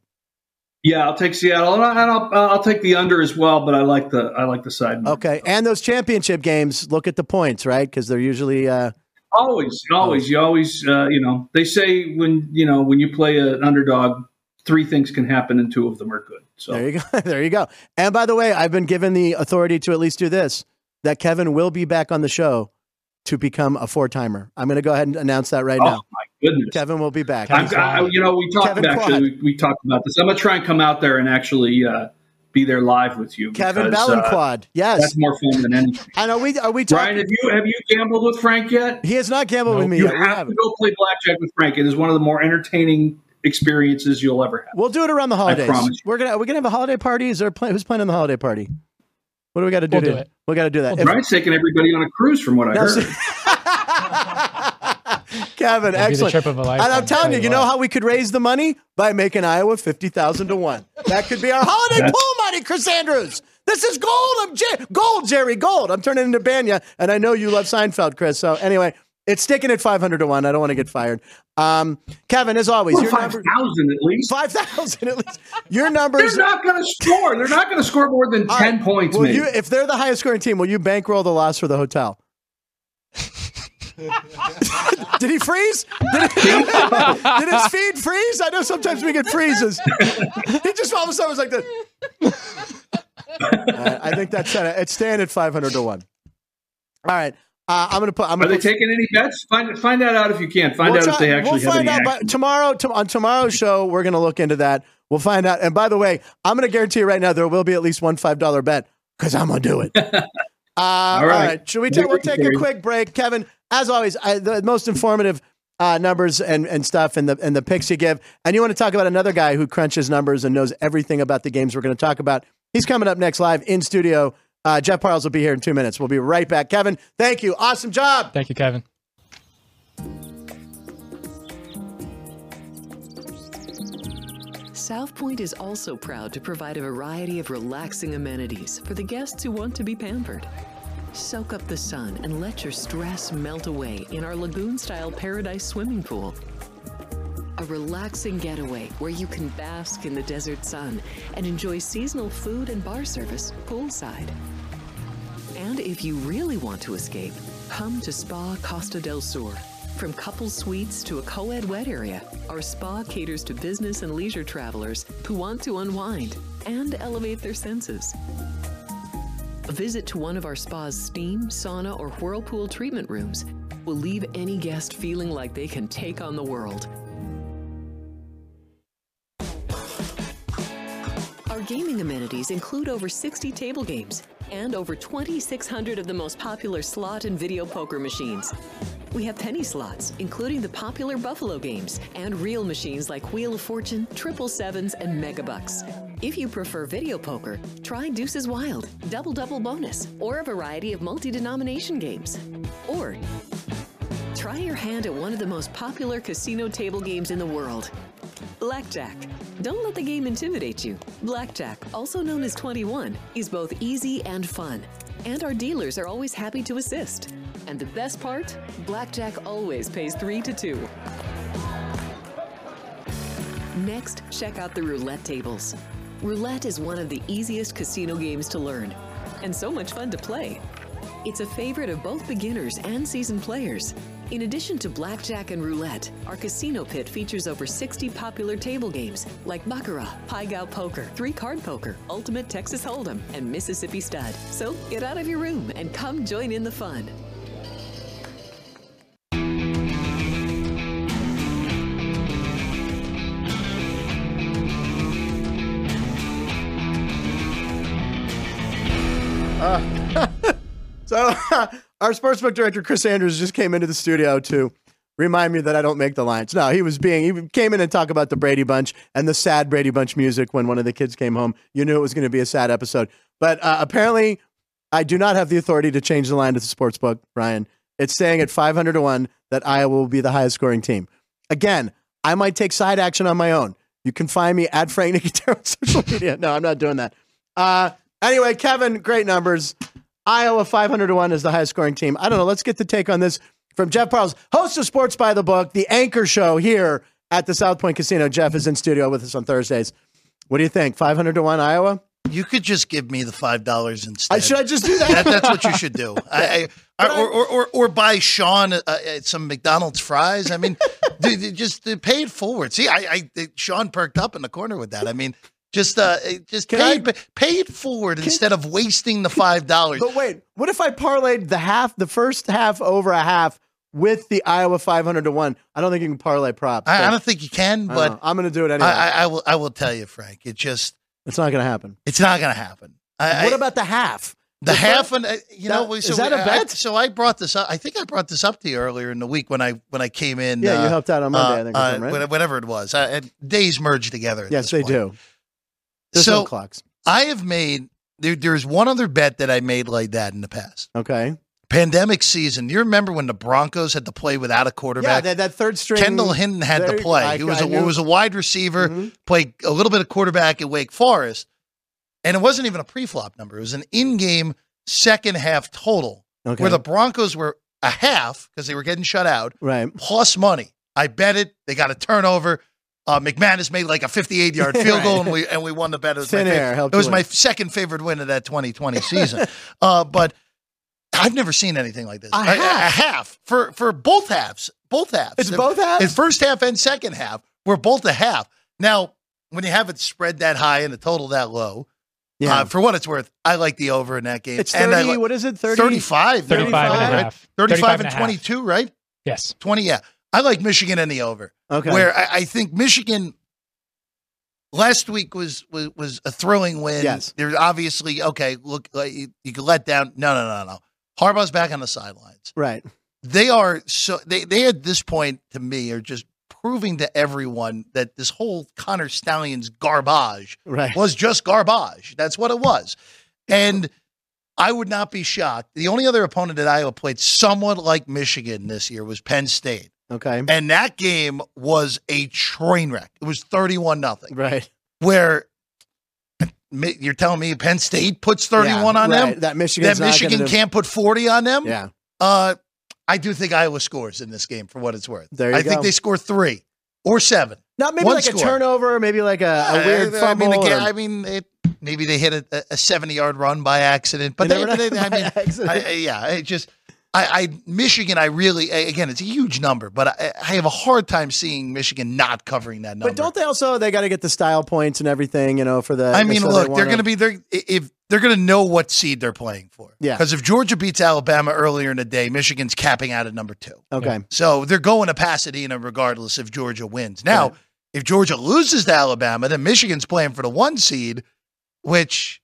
S5: Yeah, I'll take Seattle, and, I, and I'll uh, I'll take the under as well. But I like the I like the side. number.
S1: Okay. And those championship games, look at the points, right? Because they're usually uh
S5: Always,
S1: Oh.
S5: always, you always, uh, you know. They say when you know when you play an underdog, three things can happen, and two of them are good. So
S1: There you go. [LAUGHS] there you go. And by the way, I've been given the authority to at least do this that Kevin will be back on the show to become a four timer. I'm going to go ahead and announce that right
S5: oh
S1: now.
S5: my goodness,
S1: Kevin will be back.
S5: I'm, I, you know we talked
S1: Kevin
S5: about
S1: Quad.
S5: actually, we, we talked about this. I'm gonna try and come out there and actually uh, be there live with you,
S1: Kevin
S5: because, uh,
S1: Ballinquad. yes.
S5: that's more fun than anything.
S1: And are we are we talking?
S5: Ryan, have you have you gambled with Frank yet?
S1: he has not gambled with
S2: Nope.
S1: me
S5: You
S1: yet. We
S5: have to
S1: haven't.
S5: go play blackjack with Frank. It is one of the more entertaining experiences you'll ever have.
S1: We'll do it around the holidays.
S5: promise you.
S1: We're gonna we're gonna have a holiday party. Is there a plan? Who's planning the holiday party? What do we got to do?
S2: We'll do
S1: to-
S2: it.
S1: We got to do that. If-
S5: Ryan's taking everybody on a cruise, from what I
S1: Now,
S5: heard.
S1: see- [LAUGHS] Kevin,
S2: It'd be the
S1: excellent.
S2: trip of a lifetime.
S1: And I'm telling you, you know
S2: what.
S1: how we could raise the money by making Iowa fifty thousand to one. That could be our holiday
S5: That's-
S1: pool money, Chris Andrews. This is gold. I'm Jer- gold, Jerry. Gold. I'm turning into Banya, and I know you love Seinfeld, Chris. So anyway, it's sticking at five hundred to one. I don't want to get fired. Um, Kevin, as always,
S5: Well,
S1: your
S5: five
S1: number
S5: thousand at least.
S1: five thousand at least. Your
S5: [LAUGHS] They're
S1: numbers.
S5: not going to score. They're not going to score more than
S1: All
S5: ten
S1: right.
S5: points.
S1: Will
S5: maybe.
S1: you, if they're the highest scoring team, will you bankroll the loss for the hotel? [LAUGHS] Did he freeze? Did, he, [LAUGHS] did his feed freeze? I know sometimes we get freezes. he just all of a sudden was like this.
S5: [LAUGHS]
S1: All right, I think that's it. It's staying at five hundred to one. All right, uh, I'm gonna put. I'm
S5: Are
S1: gonna
S5: they
S1: put,
S5: taking any bets? Find find that out if you can. Find out
S1: try-
S5: if they actually
S1: we'll
S5: have
S1: find
S5: any
S1: out
S5: action.
S1: by, tomorrow to, on tomorrow's show we're going to look into that we'll find out and by the way i'm going to guarantee you right now there will be at least one five dollar bet because i'm going to do
S5: [LAUGHS]
S1: it uh, all right.
S5: right.
S1: should we take we'll
S5: Very
S1: take a
S5: good.
S1: quick break kevin as always I, the most informative uh, numbers and, and stuff and the and the picks you give and you want to talk about another guy who crunches numbers and knows everything about the games we're going to talk about he's coming up next live in studio uh, jeff parles will be here in two minutes we'll be right back kevin thank you awesome job
S2: Thank you, Kevin.
S7: South Point is also proud to provide a variety of relaxing amenities for the guests who want to be pampered. Soak up the sun and let your stress melt away in our lagoon style paradise swimming pool. A relaxing getaway where you can bask in the desert sun and enjoy seasonal food and bar service poolside. And if you really want to escape, come to Spa Costa del Sur. From couple suites to a co ed wet area, our spa caters to business and leisure travelers who want to unwind and elevate their senses. A visit to one of our spa's steam, sauna, or whirlpool treatment rooms will leave any guest feeling like they can take on the world. Our gaming amenities include over 60 table games and over 2,600 of the most popular slot and video poker machines. We have penny slots, including the popular Buffalo games, and real machines like Wheel of Fortune, Triple Sevens, and Megabucks. If you prefer video poker, try Deuces Wild, Double Double Bonus, or a variety of multi denomination games. Or try your hand at one of the most popular casino table games in the world, Blackjack. Don't let the game intimidate you. Blackjack, also known as 21, is both easy and fun. And our dealers are always happy to assist. And the best part? Blackjack always pays 3 to 2. Next, check out the roulette tables. Roulette is one of the easiest casino games to learn, and so much fun to play. It's a favorite of both beginners and seasoned players. In addition to blackjack and roulette, our casino pit features over 60 popular table games like baccarat, pie gow poker, three card poker, ultimate Texas Hold'em, and Mississippi stud. So get out of your room and come join in the fun.
S1: So [LAUGHS] our sportsbook director Chris Andrews just came into the studio to remind me that I don't make the lines. No, he was being he came in and talked about the Brady Bunch and the sad Brady Bunch music when one of the kids came home. You knew it was going to be a sad episode, but uh, apparently I do not have the authority to change the line to the sportsbook, Ryan. It's saying at five hundred to one that Iowa will be the highest scoring team. Again, I might take side action on my own. You can find me at Frank Nicotero on [LAUGHS] social media. No, I'm not doing that. Uh, anyway, Kevin, great numbers. Iowa 500 to 1 is the highest scoring team. I don't know. Let's get the take on this from Jeff Parles, host of Sports by the Book, the anchor show here at the South Point Casino. Jeff is in studio with us on Thursdays. What do you think? 500 to 1 Iowa?
S8: You could just give me the five dollars instead.
S1: I, should I just do that?
S8: that, that's what you
S1: [LAUGHS]
S8: should do. I, I,
S1: I-
S8: or, or, or, or buy Sean uh, uh, some McDonald's fries.
S1: [LAUGHS]
S8: I mean, they, they just they pay it forward. See, I, I they, Sean perked up in the corner with that. I mean, just uh, it- just
S1: Can
S8: pay,
S1: I-
S8: it- pay it forward instead of wasting the five dollars.
S1: but wait, what if I parlayed the half, the first half over a half with the Iowa 500 to 1? I don't think you can parlay props.
S8: I, I
S1: but
S8: don't think you can,
S1: I don't
S8: but
S1: know. I'm going to do it
S8: I,
S1: anyway.
S8: I, I will. I will tell you, Frank. It just
S1: it's not going to happen.
S8: it's not going to happen. I,
S1: what
S8: I-
S1: about the half?
S8: The
S1: Is
S8: half
S1: that-
S8: and uh, you
S1: that-
S8: know we-
S1: is
S8: so
S1: that
S8: we-
S1: a
S8: I-
S1: bet?
S8: I, so I brought this up. I think I brought this up to you earlier in the week when I when I came in.
S1: Yeah,
S8: uh,
S1: you helped out on Monday, I think. or
S8: uh,
S1: something, right?
S8: whate- Whatever it was, I, and days merge together. at
S1: yes,
S8: this
S1: they
S8: point.
S1: do. There's no
S8: So-
S1: clocks.
S8: I have made there. There's one other bet that I made like that in the past.
S1: Okay.
S8: pandemic season. You remember when the Broncos had to play without a
S1: Yeah,
S8: quarterback?
S1: that, that third string.
S8: Kendall Hinton had
S1: there
S8: to
S1: you-
S8: play.
S1: I-
S8: he was
S1: I
S8: a
S1: knew-
S8: was a wide receiver,
S1: Mhm.
S8: played a little bit of quarterback at Wake Forest, and it wasn't even a pre-flop number. It was an in-game second half total
S1: Okay.
S8: where the Broncos were a half because they were getting shut out
S1: right.
S8: plus money. I bet it. They got a turnover. Uh, McManus made like a
S1: [LAUGHS]
S8: 58 yard field
S1: Right.
S8: goal, and we and we won the bet. It was,
S1: Thin
S8: my,
S1: air helped
S8: it was
S1: you
S8: my
S1: win.
S8: second favorite win of
S1: [LAUGHS]
S8: that 2020 season. uh, but I've never seen anything like this.
S1: A half.
S8: half for for both halves. Both halves.
S1: It's both halves?
S8: It's first half and second half. We're both a half. Now, when you have it spread that high and a total that low,
S1: Yeah.
S8: uh, for what it's worth, I like the over in that game.
S1: it's
S8: And
S1: 30.
S8: I like-
S1: what is it? 30?
S8: 35,
S2: 35 and a
S8: right?
S2: half.
S8: 35
S2: and
S8: and
S2: a half.
S8: 22, right?
S2: Yes.
S8: 20, yeah. I like Michigan and the over
S1: Okay.
S8: where I, I think Michigan last week was was, was a thrilling win.
S1: Yes.
S8: There's obviously okay. Look, like, you, you could let down. No, no, no, no. Harbaugh's back on the sidelines.
S1: right.
S8: They are so they they at this point to me are just proving to everyone that this whole Connor Stallions garbage
S1: Right.
S8: was just garbage. That's what it was. And I would not be shocked. The only other opponent that Iowa played somewhat like Michigan this year was Penn State.
S1: Okay.
S8: And that game was a train wreck. It was 31 nothing.
S1: Right.
S8: Where mi- you're telling me Penn State puts 31
S1: Yeah, right.
S8: on them?
S1: That Michigan's
S8: That
S1: not gonna
S8: Michigan
S1: do-
S8: can't put 40 on them?
S1: Yeah.
S8: Uh, I do think Iowa scores in this game for what it's worth.
S1: There you
S8: I
S1: go.
S8: think they score three or seven.
S1: Not maybe
S8: One
S1: like a
S8: score.
S1: turnover, maybe like a, a weird
S8: I- I
S1: fumble.
S8: mean, again,
S1: or-
S8: I mean it, maybe they hit a- a 70 yard run by accident, but
S1: You
S8: they,
S1: never know,
S8: they- I
S1: by [LAUGHS]
S8: mean,
S1: accident.
S8: I, I- yeah, it just I, I Michigan. I really I- again, it's a huge number, but I, I have a hard time seeing Michigan not covering that number.
S1: But don't they also they got to get the style points and everything, you know, for the.
S8: I mean,
S1: so
S8: look,
S1: they
S8: they
S1: wanna-
S8: are going to be there if they're going to know what seed they're playing for.
S1: Yeah.
S8: because if Georgia beats Alabama earlier in the day, Michigan's capping out at number two.
S1: Okay.
S8: So they're going to Pasadena regardless if Georgia wins. Now,
S1: Right.
S8: if Georgia loses to Alabama, then Michigan's playing for the one seed, which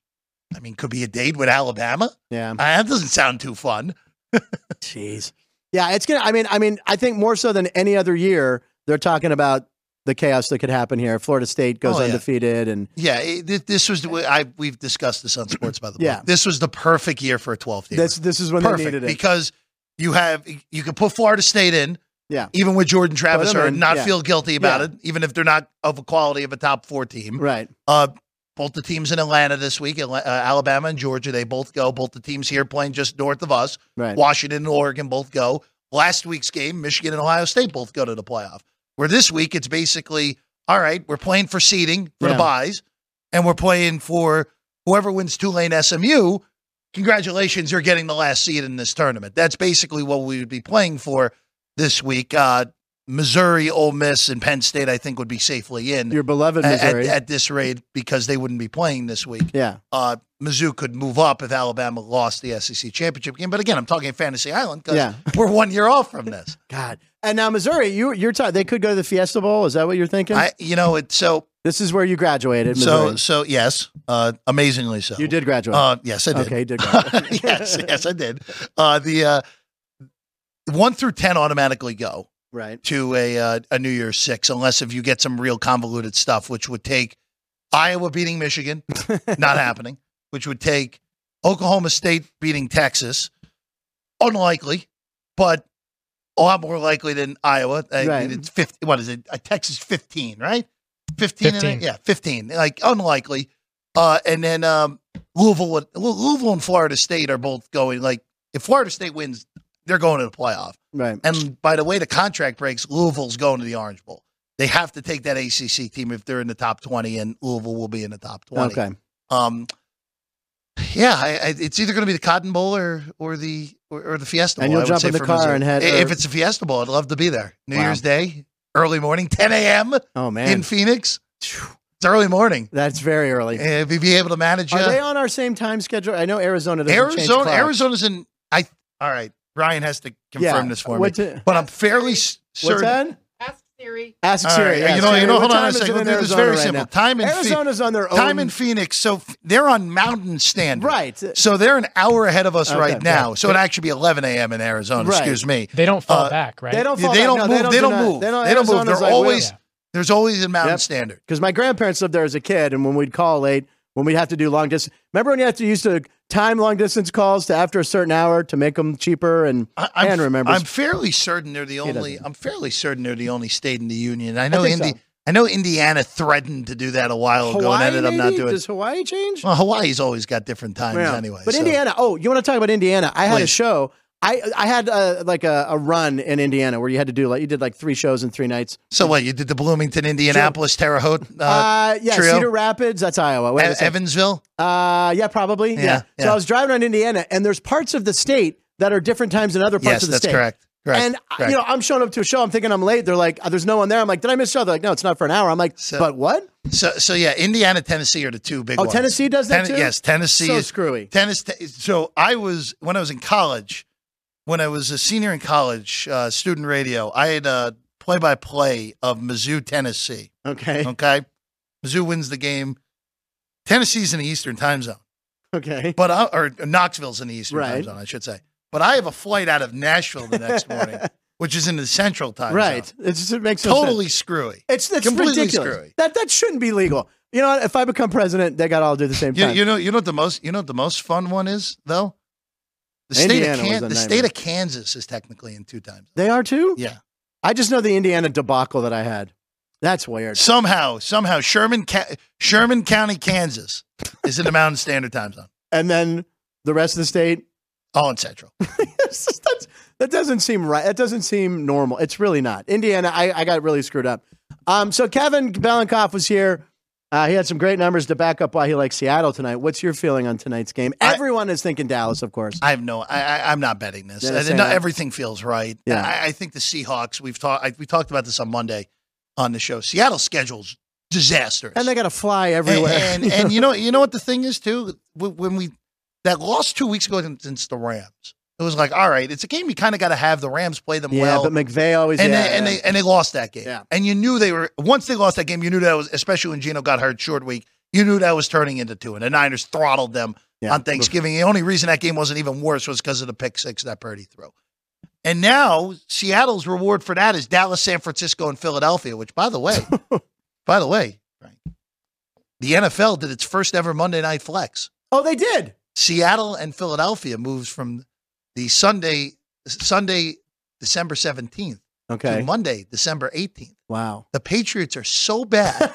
S8: I mean could be a date with Alabama. [LAUGHS]
S1: Yeah.
S8: Uh, that doesn't sound too fun.
S1: Jeez. Yeah, it's gonna. I mean, I mean, I think more so than any other year, they're talking about the chaos that could happen here. Florida State goes
S8: Oh, yeah.
S1: undefeated, and
S8: Yeah, it, thi- this was the way I we've discussed this on sports by the way.
S1: Yeah.
S8: This was the perfect year for a 12th year.
S1: this this is when
S8: perfect
S1: they needed it.
S8: because you have you can put Florida State in.
S1: Yeah.
S8: Even with Jordan Travis
S1: them
S8: or
S1: in,
S8: not
S1: yeah.
S8: feel guilty about
S1: Yeah.
S8: it, even if they're not of a quality of a top 4 team.
S1: right.
S8: Uh, both the teams in Atlanta this week, Atla- uh, Alabama and Georgia, they both go. Both the teams here playing just north of us,
S1: Right.
S8: Washington and Oregon both go. Last week's game, Michigan and Ohio State both go to the playoff. Where this week, it's basically all right, we're playing for seeding for
S1: Yeah.
S8: the buys, and we're playing for whoever wins Tulane SMU. Congratulations, you're getting the last seed in this tournament. That's basically what we would be playing for this week. Uh, Missouri, Ole Miss, and Penn State, I think, would be safely in
S1: Your beloved
S8: at, at,
S1: Missouri.
S8: at this rate because they wouldn't be playing this week.
S1: yeah.
S8: Uh, Mizzou could move up if Alabama lost the SEC championship game. But again, I'm talking Fantasy Island because
S1: Yeah.
S8: we're one year off from this.
S1: God. And now Missouri, you you're t- they could go to the Fiesta Bowl. Is that what you're thinking?
S8: I, you know, it so
S1: this is where you graduated.
S8: so
S1: Missouri.
S8: so yes, uh, amazingly so.
S1: you did graduate.
S8: Uh, yes, I did.
S1: Okay, [LAUGHS] you did graduate.
S8: [LAUGHS] yes, yes, I did. Uh, the uh, one through ten automatically go.
S1: right.
S8: to a uh, a New Year's six, unless if you get some real convoluted stuff, which would take Iowa beating Michigan, not happening. Which would take Oklahoma State beating Texas, unlikely, but a lot more likely than Iowa. I mean,
S1: Right.
S8: it's 50, what is it? Uh, Texas fifteen, right? Fifteen, and a-
S2: 15.
S8: yeah, fifteen. Like unlikely. Uh, and then um, Louisville, would- Lou- Louisville and Florida State are both going. Like if Florida State wins, they're going to the playoff.
S1: Right.
S8: And by the way, the contract breaks, Louisville's going to the Orange Bowl. They have to take that ACC team if they're in the top 20, and Louisville will be in the top 20.
S1: Okay.
S8: Um, yeah, I, I, it's either going to be the Cotton Bowl or or the or, or the Fiesta Bowl.
S1: And you'll
S8: I would
S1: jump
S8: say,
S1: in the
S8: for
S1: car
S8: Missouri.
S1: and head-
S8: I- If
S1: or-
S8: it's a Fiesta Bowl, I'd love to be there. New
S1: Wow.
S8: Year's Day, early morning, 10 a.m.
S1: Oh man.
S8: in Phoenix. It's early morning.
S1: That's very early.
S8: If you be able to manage,
S1: Are
S8: uh,
S1: they on our same time schedule? I know Arizona doesn't change
S8: Arizona,
S1: clocks.
S8: Arizona's in. I all right. Ryan has to confirm
S1: Yeah.
S8: this for
S1: What's
S8: me,
S1: it-
S8: but I'm fairly s-
S1: What's
S8: certain.
S1: that?
S3: [LAUGHS] Ask Siri.
S1: Ask
S8: All
S1: Siri.
S8: right,
S1: yeah,
S8: you know,
S1: Siri,
S8: you know.
S1: what
S8: Hold on
S1: time
S8: a
S1: is
S8: second.
S1: it
S8: We'll
S1: in
S8: do this
S1: Arizona
S8: very
S1: right
S8: simple.
S1: now?
S8: Time in Phoenix.
S1: Arizona's on their own.
S8: time in Phoenix. So f- they're on Mountain Standard,
S1: Right.
S8: So they're an hour ahead of us
S1: Okay,
S8: right now.
S1: yeah.
S8: So it'd actually be 11 a.m. in Arizona.
S1: Right.
S8: Excuse me.
S2: They don't fall
S8: Uh,
S2: back, right?
S1: They don't. Fall
S8: they,
S1: back.
S8: don't
S1: No,
S8: move, they, don't
S1: do not-
S8: move.
S1: They don't,
S8: move. They're always there's always a Mountain
S1: Yep.
S8: Standard.
S1: because my grandparents lived there as a kid, and when we'd call late, when we have to do long distance. Remember when you have to use to time long distance calls to after a certain hour to make them cheaper and
S8: I, I'm,
S1: and remembers.
S8: I'm fairly certain they're the only.
S1: doesn't.
S8: I'm fairly certain they're the only state in the union. I know
S1: think
S8: Indi-
S1: so.
S8: I know Indiana threatened to do that a while ago, and
S1: Hawaii,
S8: ended up not
S1: maybe?
S8: doing. it.
S1: Does Hawaii change?
S8: Well, Hawaii's always got different times
S1: Yeah.
S8: anyway.
S1: But
S8: so-
S1: Indiana. Oh, you want to talk about Indiana? I had a
S8: Please.
S1: show. I I had uh like a, a run in Indiana where you had to do like you did like three shows in three nights.
S8: So what? You did the Bloomington, Indianapolis, Terre Haute, uh,
S1: Uh, yeah,
S8: trio?
S1: Cedar Rapids. That's Iowa. Wait a
S8: Ev-
S1: second.
S8: Evansville.
S1: Uh, yeah, probably. Yeah.
S8: Yeah,
S1: So
S8: yeah.
S1: I was driving around Indiana, and there's parts of the state that are different times than other parts
S8: Yes,
S1: of the
S8: that's
S1: state.
S8: correct. Correct.
S1: And uh,
S8: correct.
S1: you know, I'm showing up to a show. I'm thinking I'm late. They're like, "Oh, "There's no one there." I'm like, "Did I miss a show?" They're like, "No, it's not for an hour." I'm like,
S8: So-
S1: "But what?
S8: so so yeah, Indiana, Tennessee are the two big.
S1: Oh,
S8: ones.
S1: Tennessee does that
S8: Ten-
S1: too."
S8: Yes, Tennessee
S1: so
S8: is
S1: screwy.
S8: tennis. so I was when I was in college, when I was a senior in college, uh, student radio. I had a play-by-play of Mizzou, Tennessee. [LAUGHS]
S1: Okay.
S8: Okay, Mizzou wins the game. Tennessee's in the Eastern Time Zone,
S1: Okay.
S8: but I, or Knoxville's in the Eastern Time
S1: Right.
S8: Zone, I should say. But I have a flight out of Nashville the
S1: [LAUGHS]
S8: next morning, which is in the Central Time
S1: Right. [LAUGHS]
S8: Zone.
S1: It just it makes no sense.
S8: Totally screwy.
S1: It's that's
S8: Completely
S1: ridiculous.
S8: screwy.
S1: That that shouldn't be legal. You know, what? if I become president, they got to all do the same
S8: You,
S1: thing.
S8: you know, you know what the most you know what the most fun one is though. The state
S1: Indiana
S8: of
S1: was
S8: Kan-
S1: a
S8: the
S1: nightmare.
S8: state of Kansas is technically in two times.
S1: they are too.
S8: Yeah.
S1: I just know the Indiana debacle that I had. That's weird.
S8: Somehow, somehow, Sherman Ca- Sherman County, Kansas, is in the Mountain Standard Time Zone.
S1: And then the rest of the state. [LAUGHS]
S8: All in Central.
S1: It's just- that's- that doesn't seem right. That doesn't seem normal. It's really not. Indiana, I, I got really screwed up. Um, so Kevin Belenkoff was here. Uh, he had some great numbers to back up why he likes Seattle tonight. What's your feeling on tonight's game?
S8: I-
S1: Everyone is thinking Dallas, of course.
S8: I have no. I, I, I'm not betting this.
S1: Yeah,
S8: I,
S1: that's fair
S8: not,
S1: enough.
S8: everything feels right.
S1: Yeah.
S8: I, I think the Seahawks. We've talked. I- We talked about this on Monday on the show. Seattle's schedule's disastrous.
S1: and they got to fly everywhere. [LAUGHS]
S8: And, and, and you know you know what the thing is too Wh- when we that loss two weeks ago against the Rams. It was like, all right, it's a game you kind of got to have the Rams play them
S1: yeah,
S8: well.
S1: but McVay always
S8: and
S1: yeah,
S8: they, and
S1: yeah.
S8: they and they lost that game.
S1: Yeah.
S8: And you knew they were once they lost that game, you knew that was especially when Gino got hurt short week. You knew that was turning into two, and the Niners throttled them
S1: Yeah.
S8: on Thanksgiving. The only reason that game wasn't even worse was because of the pick six that Purdy threw. And now Seattle's reward for that is Dallas, San Francisco, and Philadelphia. Which, by
S1: [LAUGHS]
S8: the way, by the way, Frank, the NFL did its first ever Monday Night Flex.
S1: oh, they did.
S8: Seattle and Philadelphia moves from the Sunday Sunday December seventeenth
S1: Okay.
S8: to Monday, December 18th.
S1: Wow.
S8: The Patriots are so bad
S1: [LAUGHS]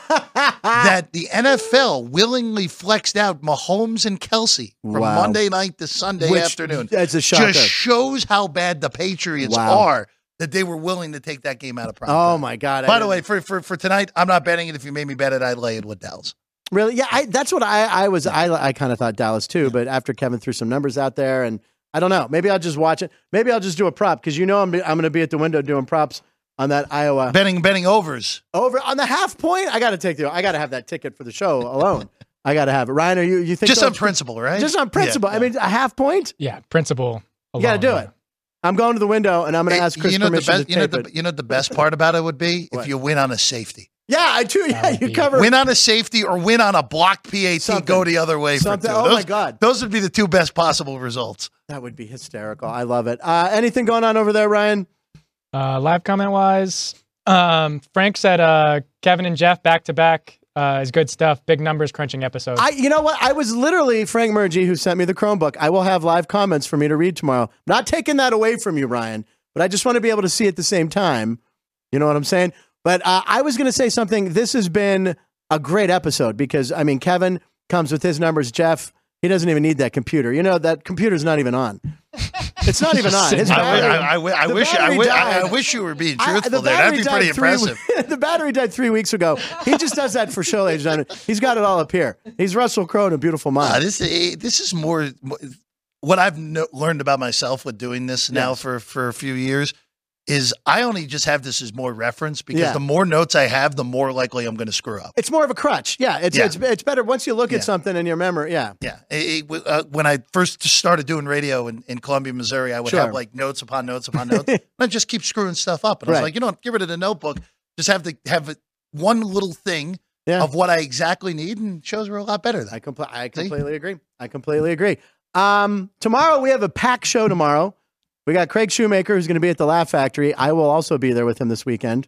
S8: that the NFL willingly flexed out Mahomes and Kelsey from
S1: Wow.
S8: Monday night to Sunday
S1: Which-
S8: afternoon.
S1: That's a shocker.
S8: Just shows how bad the Patriots
S1: Wow.
S8: are that they were willing to take that game out of prime.
S1: oh
S8: time.
S1: my god! I
S8: By the
S1: didn't-
S8: way, for, for for tonight, I'm not betting it. If you made me bet it, I'd lay it with Dallas.
S1: Uh-huh. really? Yeah, I, that's what I, I was. I, I kind of thought Dallas too, but after Kevin threw some numbers out there, and I don't know. Maybe I'll just watch it. Maybe I'll just do a prop because you know I'm be, I'm going to be at the window doing props on that Iowa
S8: Betting betting overs.
S1: over on the half point. I got to take the. I got to have that ticket for the show alone. I got to have it. Ryan, are you you think
S8: Just
S1: so?
S8: on principle, right?
S1: Just on
S8: Yeah,
S1: principle.
S8: yeah.
S1: I mean, a half point.
S2: Yeah, principle.
S1: You got to do
S2: alone,
S1: it. I'm going to the window and I'm going
S8: Hey,
S1: to ask Chris
S8: you know the
S1: permission
S8: best.
S1: to
S8: You know
S1: tape
S8: the,
S1: it.
S8: you know the best part about it would be if
S1: What?
S8: you win on a safety.
S1: Yeah, I do. Yeah,
S2: would
S1: you
S2: be-
S1: cover
S8: win on a safety or win on a block PAT,
S1: Something.
S8: go the other way
S1: something.
S8: for two.
S1: Oh
S8: those,
S1: my god.
S8: those would be the two best possible results.
S1: That would be hysterical. I love it. Uh, anything going on over there, Ryan?
S2: Uh, live comment wise, um, Frank said uh, Kevin and Jeff back to back uh, is good stuff. Big numbers crunching episode.
S1: I, you know what? I was literally Frank Murgy who sent me the Chromebook. I will have live comments for me to read tomorrow. Not taking that away from you, Ryan, but I just want to be able to see at the same time. You know what I'm saying? But uh, I was going to say something. This has been a great episode because I mean, Kevin comes with his numbers. Jeff, he doesn't even need that computer. You know that computer's not even on. It's
S8: [LAUGHS]
S1: not even on. His
S8: I, I,
S1: battery-
S8: I, I
S1: the
S8: wish, I,
S1: battery
S8: wish, I, I
S1: died.
S8: wish you were being
S1: I-
S8: truthful
S1: the
S8: there. That'd be
S1: battery
S8: pretty
S1: died three- [LAUGHS]
S8: impressive.
S1: the battery died three weeks ago. He just does that for show age. Diamond. He's got it all up here. He's Russell Crowe in a beautiful
S8: Uh,
S1: mind.
S8: this, eh, this is more more- what I've no, learned about myself with doing this now
S1: Yes.
S8: for, for a few years is I only just have this as more reference because
S1: Yeah.
S8: the more notes I have, the more likely I'm going to screw up.
S1: It's more of a crutch. Yeah, it's
S8: Yeah.
S1: it's it's better once you look
S8: Yeah.
S1: at something in your memory. Yeah,
S8: Yeah. It- it w- uh, when I first started doing radio in, in Columbia, Missouri, I would
S1: Sure.
S8: have like notes upon notes
S1: [LAUGHS]
S8: upon notes. and I just keep screwing stuff up. And I was
S1: Right.
S8: like, you know what? Get rid of the notebook. Just have the have it- one little thing
S1: Yeah.
S8: of what I exactly need, and shows were a lot better.
S1: I
S8: That
S1: compl- I completely agree. I completely agree. Um, tomorrow we have a pack show. Tomorrow we got Craig Shoemaker who's going to be at the Laugh Factory. I will also be there with him this weekend.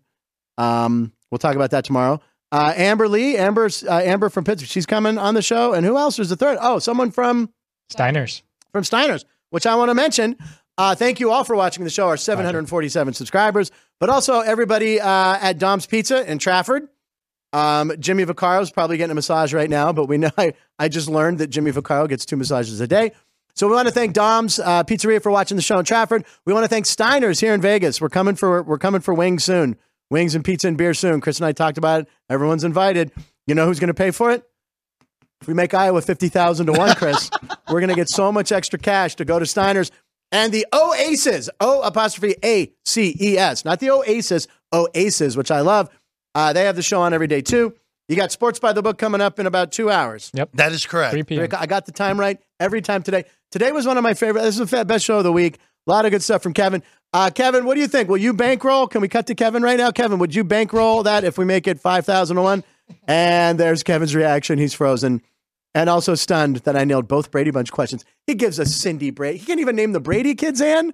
S1: Um, we'll talk about that tomorrow. Uh, Amber Lee, Amber, uh, Amber from Pittsburgh. She's coming on the show. And who else was the third? Oh, someone from
S2: Steiners.
S1: from Steiner's, which I want to mention. Uh, thank you all for watching the show, our 747 subscribers, but also everybody uh, at Dom's Pizza in Trafford. Um, Jimmy Vaccaro's probably getting a massage right now, but we know [LAUGHS] I, I just learned that Jimmy Vaccaro gets two massages a day. So we want to thank Dom's uh, Pizzeria for watching the show in Trafford. We want to thank Steiner's here in Vegas. We're coming for we're coming for wings soon, wings and pizza and beer soon. Chris and I talked about it. Everyone's invited. You know who's going to pay for it? If we make Iowa 50,000 to one, Chris, we're going to get so much extra cash to go to Steiner's and the Oasis, O apostrophe A C E S, not the Oasis, Oasis, which I love. Uh, they have the show on every day too. You got Sports by the Book coming up in about two hours.
S8: That is correct.
S2: 3 p.m.
S1: Rick, I got the time right every time today. Today was one of my favorite. This is the best show of the week. A lot of good stuff from Kevin. Uh, Kevin, what do you think? Will you bankroll? Can we cut to Kevin right now? Kevin, would you bankroll that if we make it 5,001? And there's Kevin's reaction. He's frozen and also stunned that I nailed both Brady Bunch questions. He gives us Cindy Brady. He can't even name the Brady kids, Ann.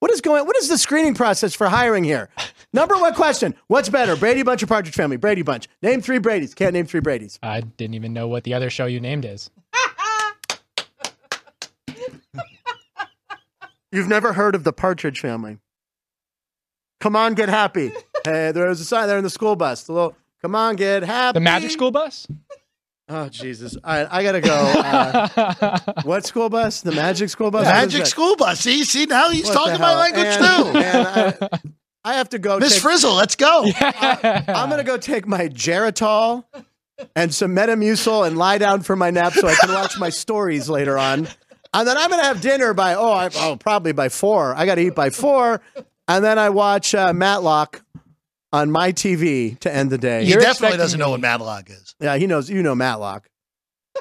S1: What is going What is the screening process for hiring here? Number one question What's better, Brady Bunch or Partridge Family? Brady Bunch. Name three Brady's. Can't name three Brady's.
S2: I didn't even know what the other show you named is.
S1: You've never heard of the Partridge Family? Come on, get happy. Hey, there was a sign there in the school bus. The little, come on, get happy.
S2: The Magic School Bus?
S1: Oh Jesus! All right, I gotta go.
S8: [LAUGHS]
S2: [LAUGHS]
S1: Uh, what school bus? The magic school bus. What is
S8: Magic
S1: that?
S8: school bus. See, see now he's
S1: What the
S8: talking my
S1: hell? [LAUGHS]
S8: language
S1: And-
S8: too.
S1: and I, I have to go.
S8: Miss
S1: take-
S8: Frizzle, let's go.
S1: I'm gonna go take my Geritol and some Metamucil and lie down for my nap so I can watch my stories later on. And then I'm gonna have dinner by oh I, oh probably by four. I gotta eat by four, and then I watch uh, Matlock on my TV to end the day.
S8: He
S2: You're
S8: definitely
S2: expecting
S8: doesn't know
S2: me-
S8: what Matlock is.
S1: Yeah, he knows. You know Matlock.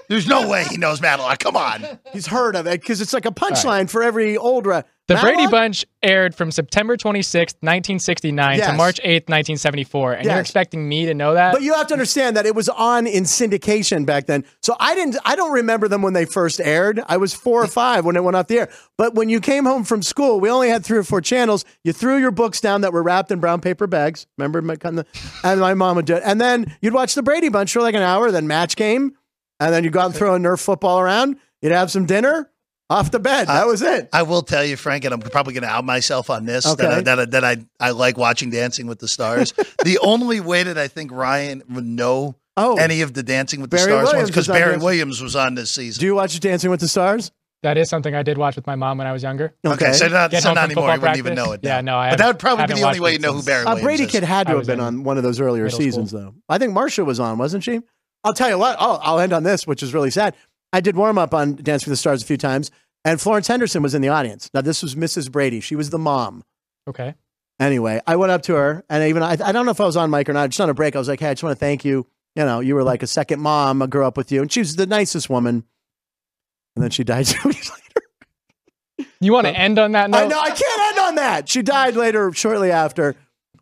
S8: There's no way he knows Matlock. Come on.
S1: He's heard of it because it's like a punchline for every old. Ra-
S2: The
S1: Matlock?
S2: Brady Bunch aired from September 26th, 1969
S1: Yes.
S2: to March 8th, 1974. And
S1: Yes.
S2: you're expecting me to know that?
S1: But you have to understand that it was on in syndication back then. So I didn't I don't remember them when they first aired. I was 4 or 5 when it went off the air. But when you came home from school, we only had 3 or 4 channels. You threw your books down that were wrapped in brown paper bags. Remember my kind of- and my mom would do it. And then you'd watch the Brady Bunch for like an hour, then match game, and then you'd go out and throw a Nerf football around. You'd have some dinner, off to bed. That was it.
S8: I will tell you, Frank, and I'm probably going to out myself on this
S1: Okay.
S8: that, I, that, I, that I, I like watching Dancing with
S1: [LAUGHS]
S8: the Stars. the only way that I think Ryan would know
S1: Oh,
S8: any of the Dancing with
S1: Barry
S8: the Stars
S1: Williams
S8: ones because
S1: was on
S8: Barry
S1: Dancing-
S8: Williams was on this season.
S1: do you watch Dancing with the Stars?
S2: that is something I did watch with my mom when I was younger.
S8: okay. so not,
S2: Get
S8: so
S2: home
S8: not
S2: from
S8: anymore. You
S2: football
S8: wouldn't even
S2: practice?
S8: know it.
S2: Yeah, no, I
S8: but that would
S2: haven't-
S8: probably be
S2: haven't
S8: the only
S2: watched
S8: way
S2: it
S8: you know who
S2: since-
S8: Barry
S1: Uh,
S8: Williams
S1: Brady
S8: is.
S1: Kid had to
S2: I
S1: have
S2: was
S1: been
S2: in
S1: on one of those earlier
S2: middle school.
S1: seasons, though. I think Marsha was on, wasn't she? I'll tell you what. I'll, I'll end on this, which is really sad. I did warm up on Dance with the Stars a few times, and Florence Henderson was in the audience. Now, this was Mrs. Brady. She was the mom.
S2: Okay.
S1: Anyway, I went up to her, and I even I, I don't know if I was on mic or not. Just on a break, I was like, "Hey, I just want to thank you. You know, you were like a second mom. I grew up with you, and she was the nicest woman." And then she died [LAUGHS] two weeks later.
S2: You want to end on that note?
S1: Uh, I know I can't end on that. She died later, shortly after.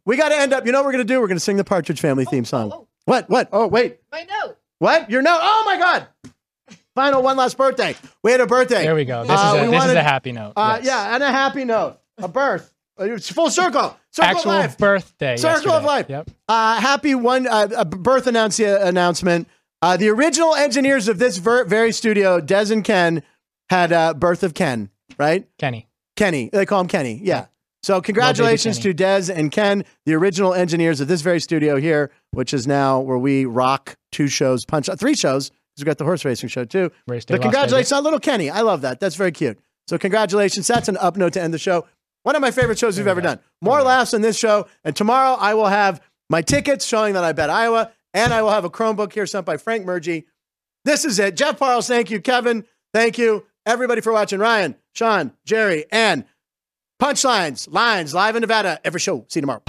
S1: We got to end up. You know what we're gonna do? We're gonna sing the Partridge Family theme song.
S3: oh.
S1: What? What? Oh wait,
S3: My note.
S1: what? You're no. Oh my God! Final one last birthday. We had a birthday.
S2: There we go. This,
S1: Uh,
S2: is, a,
S1: we
S2: this is
S1: wanted-
S2: a happy note.
S1: Uh,
S2: Yes.
S1: Yeah, and a happy note. A birth. It's full circle. Circle
S2: Actual
S1: of life.
S2: birthday.
S1: Circle of
S2: yesterday.
S1: life.
S2: Yep.
S1: Uh, happy one uh, a birth announce- announcement. Uh, the original engineers of this ver- very studio, Des and Ken, had uh, birth of Ken. Right.
S2: Kenny.
S1: Kenny. They call him Kenny. Yeah. So congratulations to
S2: Kenny.
S1: Dez and Ken, the original engineers of this very studio here, which is now where we rock two shows, punch three shows. 'cause We've got the horse racing show too.
S2: Race day
S1: But
S2: Las Vegas.
S1: congratulations on little Kenny. I love that. That's very cute. So congratulations. That's an up note to end the show. One of my favorite shows we've ever done. More laughs on this show. And tomorrow I will have my tickets showing that I bet Iowa, and I will have a Chromebook here sent by Frank Murgy. This is it. Jeff Parles, thank you. Kevin, thank you. Everybody for watching. Ryan, Sean, Jerry, and Punchlines, Lines, live in Nevada. Every show. See you tomorrow.